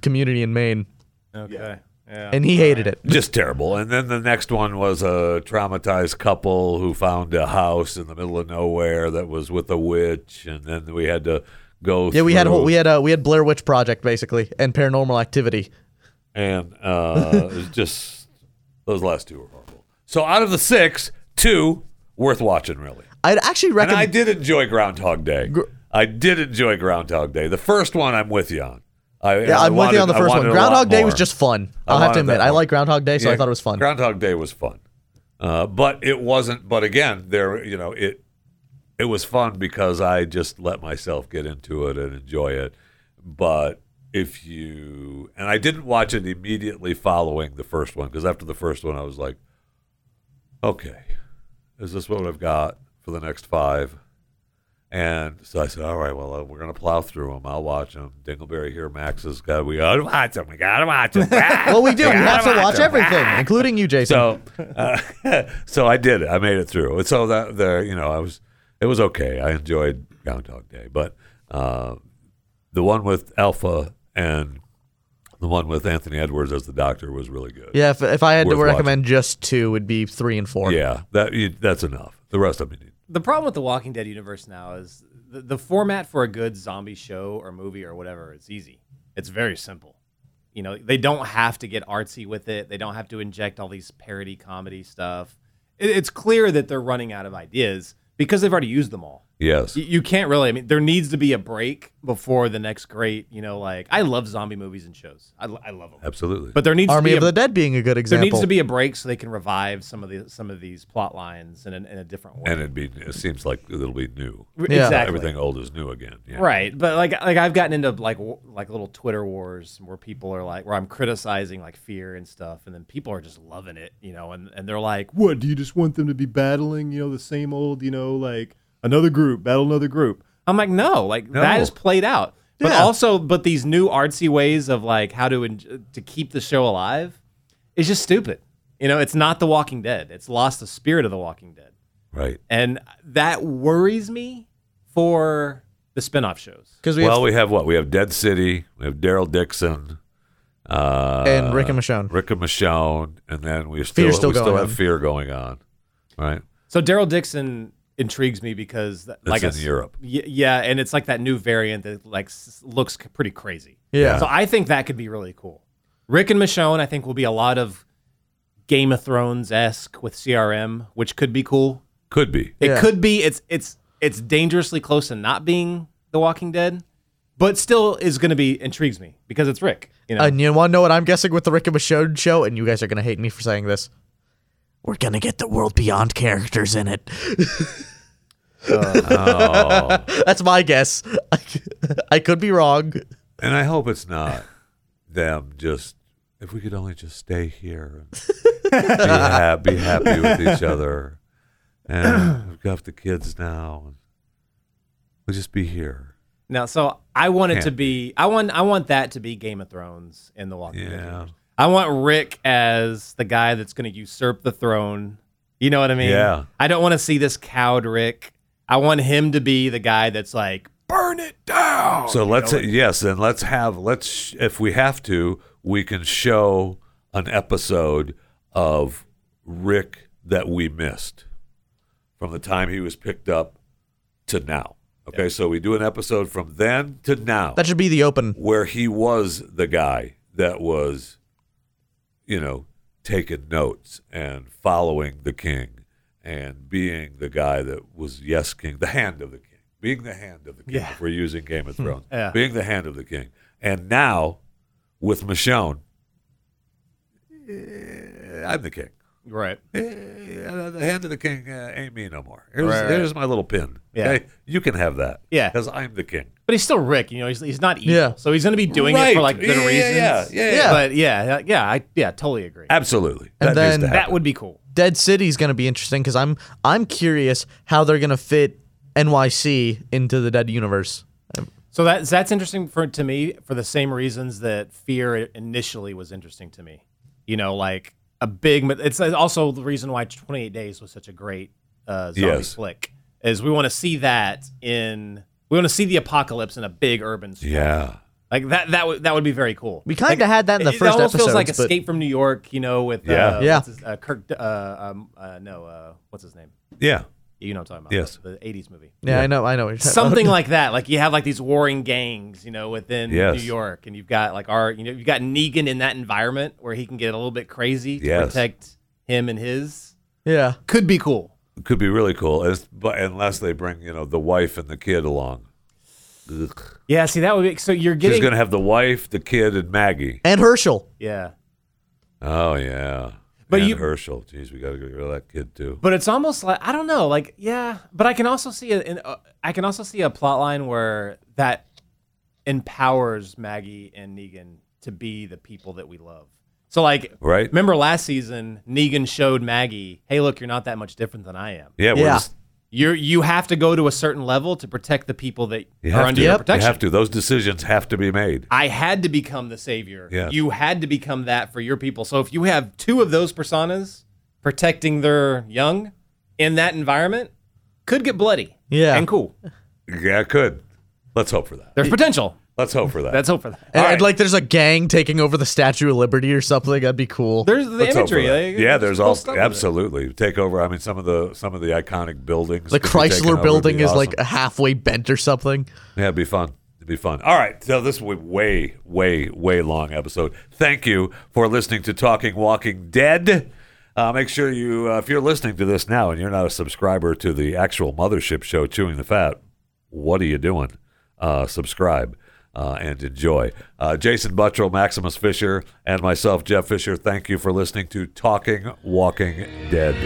Speaker 2: community in Maine.
Speaker 3: Okay. Yeah.
Speaker 2: And he hated it.
Speaker 1: just terrible. And then the next one was a traumatized couple who found a house in the middle of nowhere that was with a witch. And then we had to go.
Speaker 2: Yeah, we had
Speaker 1: through-
Speaker 2: whole- we had uh, we had Blair Witch Project basically and Paranormal Activity.
Speaker 1: and uh, it was just those last two were horrible. So out of the six, two worth watching really.
Speaker 2: I'd actually
Speaker 1: And I
Speaker 2: recommend
Speaker 1: did enjoy Groundhog Day. I did enjoy Groundhog Day. The first one, I'm with you on. I,
Speaker 2: yeah,
Speaker 1: I
Speaker 2: I'm with you on
Speaker 1: wanted-
Speaker 2: the
Speaker 1: I
Speaker 2: first one.
Speaker 1: wanted a lot
Speaker 2: Groundhog Day was
Speaker 1: more.
Speaker 2: just fun.
Speaker 1: I
Speaker 2: I'll have to
Speaker 1: wanted
Speaker 2: admit.
Speaker 1: that
Speaker 2: I
Speaker 1: more.
Speaker 2: like Groundhog Day, so I
Speaker 1: Yeah,
Speaker 2: thought it was fun.
Speaker 1: Groundhog Day was fun, uh, but it wasn't. But again, there, you know, it it was fun because I just let myself get into it and enjoy it. But if you and I didn't watch it immediately following the first one because after the first one, I was like, okay, is this what I've got for the next five? And so I said, all right, well, uh, we're gonna plow through them. I'll watch them. Dingleberry here, Max has got. We gotta watch them. We gotta watch
Speaker 2: <laughs>
Speaker 1: Ah, them.
Speaker 2: well, we do. We have to watch
Speaker 1: everything. <laughs>
Speaker 2: everything, including you, Jason.
Speaker 1: So, <laughs> uh, so I did it. I made it through. And so that the you know I was it was okay. I enjoyed Groundhog Day, but uh, the one with Alpha and the one with Anthony Edwards as the doctor was really good.
Speaker 2: yeah, if, if I had to
Speaker 1: Worth
Speaker 2: recommend just two, it'd be three and four.
Speaker 1: Yeah, that you, that's enough. The rest of me need.
Speaker 3: the problem with the Walking Dead universe now is the, the format for a good zombie show or movie or whatever. It's easy. It's very simple. You know, they don't have to get artsy with it. They don't have to inject all these parody comedy stuff. It, it's clear that they're running out of ideas because they've already used them all.
Speaker 1: Yes,
Speaker 3: You, you can't really. I mean, there needs to be a break before the next great. You know, like I love zombie movies and shows. I, lo- I love them,
Speaker 1: absolutely.
Speaker 3: but there needs
Speaker 2: Army
Speaker 3: to be
Speaker 2: of
Speaker 3: a,
Speaker 2: the Dead being a good
Speaker 3: there
Speaker 2: example.
Speaker 3: needs to be a break so they can revive some of the some of these plot lines in, an, in a different way.
Speaker 1: and it'd be it seems like it'll be new.
Speaker 2: Yeah.
Speaker 3: Exactly.
Speaker 1: Everything old is new again. Yeah.
Speaker 3: Right, but like like I've gotten into like w- like little Twitter wars where people are like where I'm criticizing like fear and stuff, and then people are just loving it, you know, and and they're like, "What do you just want them to be battling? You know, the same old, you know, like another group battle another group." I'm like, no, like that is played out. But
Speaker 2: Yeah.
Speaker 3: also, but these new artsy ways of like how to en- to keep the show alive is just stupid. You know, it's not The Walking Dead. It's lost the spirit of The Walking Dead.
Speaker 1: Right.
Speaker 3: And that worries me for the spin-off shows.
Speaker 2: because we
Speaker 1: well,
Speaker 2: have
Speaker 1: we have what? We have Dead City. We have Daryl Dixon. Uh,
Speaker 2: and Rick and Michonne.
Speaker 1: Rick and Michonne, and then we still,
Speaker 2: still
Speaker 1: we still
Speaker 2: going
Speaker 1: have
Speaker 2: on.
Speaker 1: fear going on, right?
Speaker 3: So Daryl Dixon intrigues me because th- like
Speaker 1: in
Speaker 3: s-
Speaker 1: Europe.
Speaker 3: Y- yeah, and it's like that new variant that like s- looks c- pretty crazy.
Speaker 2: Yeah.
Speaker 3: So I think that could be really cool. Rick and Michonne, I think, will be a lot of Game of Thrones esque with CRM, which could be cool.
Speaker 1: Could be.
Speaker 3: It
Speaker 2: Yeah.
Speaker 3: could be. It's it's it's dangerously close to not being The Walking Dead, but still is going to be intrigues me because it's Rick. You know.
Speaker 2: And Uh, you want to know what I'm guessing with the Rick and Michonne show? And you guys are going to hate me for saying this. We're going to get the World Beyond characters in it.
Speaker 1: Um,
Speaker 2: That's my guess. <laughs> I, I could be wrong.
Speaker 1: And I hope it's not them just, if we could only just stay here
Speaker 3: <laughs>
Speaker 1: and be, ha- be happy with each other. And we've got the kids now. And we'll just be here.
Speaker 3: Now, so I want it to
Speaker 1: Can't
Speaker 3: be. I want. I want that to be Game of Thrones in the Walking Dead.
Speaker 1: Yeah.
Speaker 3: universe. I want Rick as the guy that's going to usurp the throne. You know what I mean?
Speaker 1: Yeah.
Speaker 3: I don't want to see this cowed Rick. I want him to be the guy that's like, burn it down.
Speaker 1: So let's, yes, and let's have, let's, sh- if we have to, we can show an episode of Rick that we missed from the time he was picked up to now. Okay, so we do an episode from then to now.
Speaker 2: That should be the open.
Speaker 1: where he was the guy that was, you know, taking notes and following the king and being the guy that was yes king, the hand of the king, being the hand of the king.
Speaker 3: Yeah. Hmm.
Speaker 1: If we're using Game of Thrones,
Speaker 3: Yeah.
Speaker 1: being the hand of the king, and now with Michonne, eh, I'm the king.
Speaker 3: Right.
Speaker 1: Eh, the hand of the king uh, ain't me no more. Here's,
Speaker 3: Right, right.
Speaker 1: here's my little pin.
Speaker 3: Yeah.
Speaker 1: Okay? you can have that.
Speaker 3: Yeah.
Speaker 1: because I'm the king.
Speaker 3: But he's still Rick, you know. He's, he's not evil,
Speaker 2: Yeah.
Speaker 3: so he's going to be doing it for
Speaker 1: Right.
Speaker 3: like good
Speaker 1: Yeah, yeah,
Speaker 3: reasons.
Speaker 1: yeah, yeah,
Speaker 2: yeah.
Speaker 3: But yeah, yeah, yeah, I yeah, totally agree.
Speaker 1: Absolutely.
Speaker 2: And
Speaker 1: that needs to
Speaker 2: then-
Speaker 1: happen.
Speaker 3: That would be cool.
Speaker 2: Dead City is going to be interesting because I'm I'm curious how they're going to fit NYC into the Dead universe.
Speaker 3: So that's that's interesting for to me for the same reasons that Fear initially was interesting to me. You know, like a big. It's also the reason why Twenty Eight Days was such a great uh, zombie
Speaker 1: Yes.
Speaker 3: flick. Is we want to see that in we want to see the apocalypse in a big urban story.
Speaker 1: Yeah.
Speaker 3: Like that that would that would be very cool.
Speaker 2: We kinda
Speaker 3: Like,
Speaker 2: had that in the
Speaker 3: it,
Speaker 2: first
Speaker 3: It almost feels like
Speaker 2: episodes, but-
Speaker 3: Escape from New York, you know, with uh,
Speaker 1: Yeah.
Speaker 2: Yeah.
Speaker 3: what's his- uh, Kirk. Uh, um, uh, no, uh, what's his name?
Speaker 1: Yeah.
Speaker 3: You know what I'm talking about?
Speaker 1: Yes.
Speaker 3: the '80s movie.
Speaker 2: Yeah, I know, I know. What
Speaker 1: <laughs>
Speaker 2: you're talking about.
Speaker 3: Something like that. Like you have like these warring gangs, you know, within
Speaker 1: Yes.
Speaker 3: New York, and you've got like our, you know, you've got Negan in that environment where he can get a little bit crazy to
Speaker 1: Yes.
Speaker 3: protect him and his.
Speaker 2: Yeah,
Speaker 3: Could be cool.
Speaker 1: could be really cool, as, but unless they bring you know the wife and the kid along. Ugh.
Speaker 3: Yeah. See, that would be so. You're
Speaker 1: She's
Speaker 3: getting.
Speaker 1: gonna have the wife, the kid, and Maggie.
Speaker 2: and Herschel.
Speaker 3: yeah.
Speaker 1: Oh yeah,
Speaker 3: But
Speaker 1: and
Speaker 3: you-
Speaker 1: Herschel. Jeez, we gotta get rid of that kid too.
Speaker 3: But it's almost like I don't know, like yeah. But I can also see a, an, uh, I can also see a plot line where that empowers Maggie and Negan to be the people that we love. So like,
Speaker 1: Right?
Speaker 3: Remember last season, Negan showed Maggie, "Hey, look, you're not that much different than I am.
Speaker 1: Yeah, we're
Speaker 2: Yeah.
Speaker 1: just-
Speaker 3: You're you have to go to a certain level to protect the people that
Speaker 1: you
Speaker 3: are
Speaker 1: have
Speaker 3: under
Speaker 1: to.
Speaker 3: your
Speaker 2: Yep.
Speaker 1: You
Speaker 3: protection.
Speaker 1: have to. Those decisions have to be made.
Speaker 3: I had to become the savior.
Speaker 1: Yes.
Speaker 3: You had to become that for your people. So if you have two of those personas protecting their young in that environment, could get bloody.
Speaker 2: Yeah.
Speaker 3: And cool.
Speaker 1: Yeah, I could. Let's hope for that.
Speaker 3: There's potential.
Speaker 1: Let's hope for that.
Speaker 3: Let's hope for that.
Speaker 2: And
Speaker 1: All right.
Speaker 2: like, there's a gang taking over the Statue of Liberty or something. That'd be cool.
Speaker 3: There's the
Speaker 1: Let's hope for
Speaker 3: imagery.
Speaker 1: that.
Speaker 3: Like,
Speaker 1: yeah, there's
Speaker 3: cool
Speaker 1: all
Speaker 3: stuff with it.
Speaker 1: absolutely take over. I mean, some of the some of the iconic buildings.
Speaker 2: the
Speaker 1: could be taken over.
Speaker 2: Chrysler
Speaker 1: It'd
Speaker 2: building
Speaker 1: be
Speaker 2: is
Speaker 1: awesome.
Speaker 2: like halfway bent or something.
Speaker 1: Yeah, it'd be fun. It'd be fun. All right. So this will be way, way, way long episode. Thank you for listening to Talking Walking Dead. Uh, make sure you, uh, if you're listening to this now and you're not a subscriber to the actual mothership show, Chewing the Fat, what are you doing? Uh, subscribe uh, and enjoy. Uh, Jason Buttrell, Maximus Fisher, and myself, Jeff Fisher, thank you for listening to Talking Walking Dead.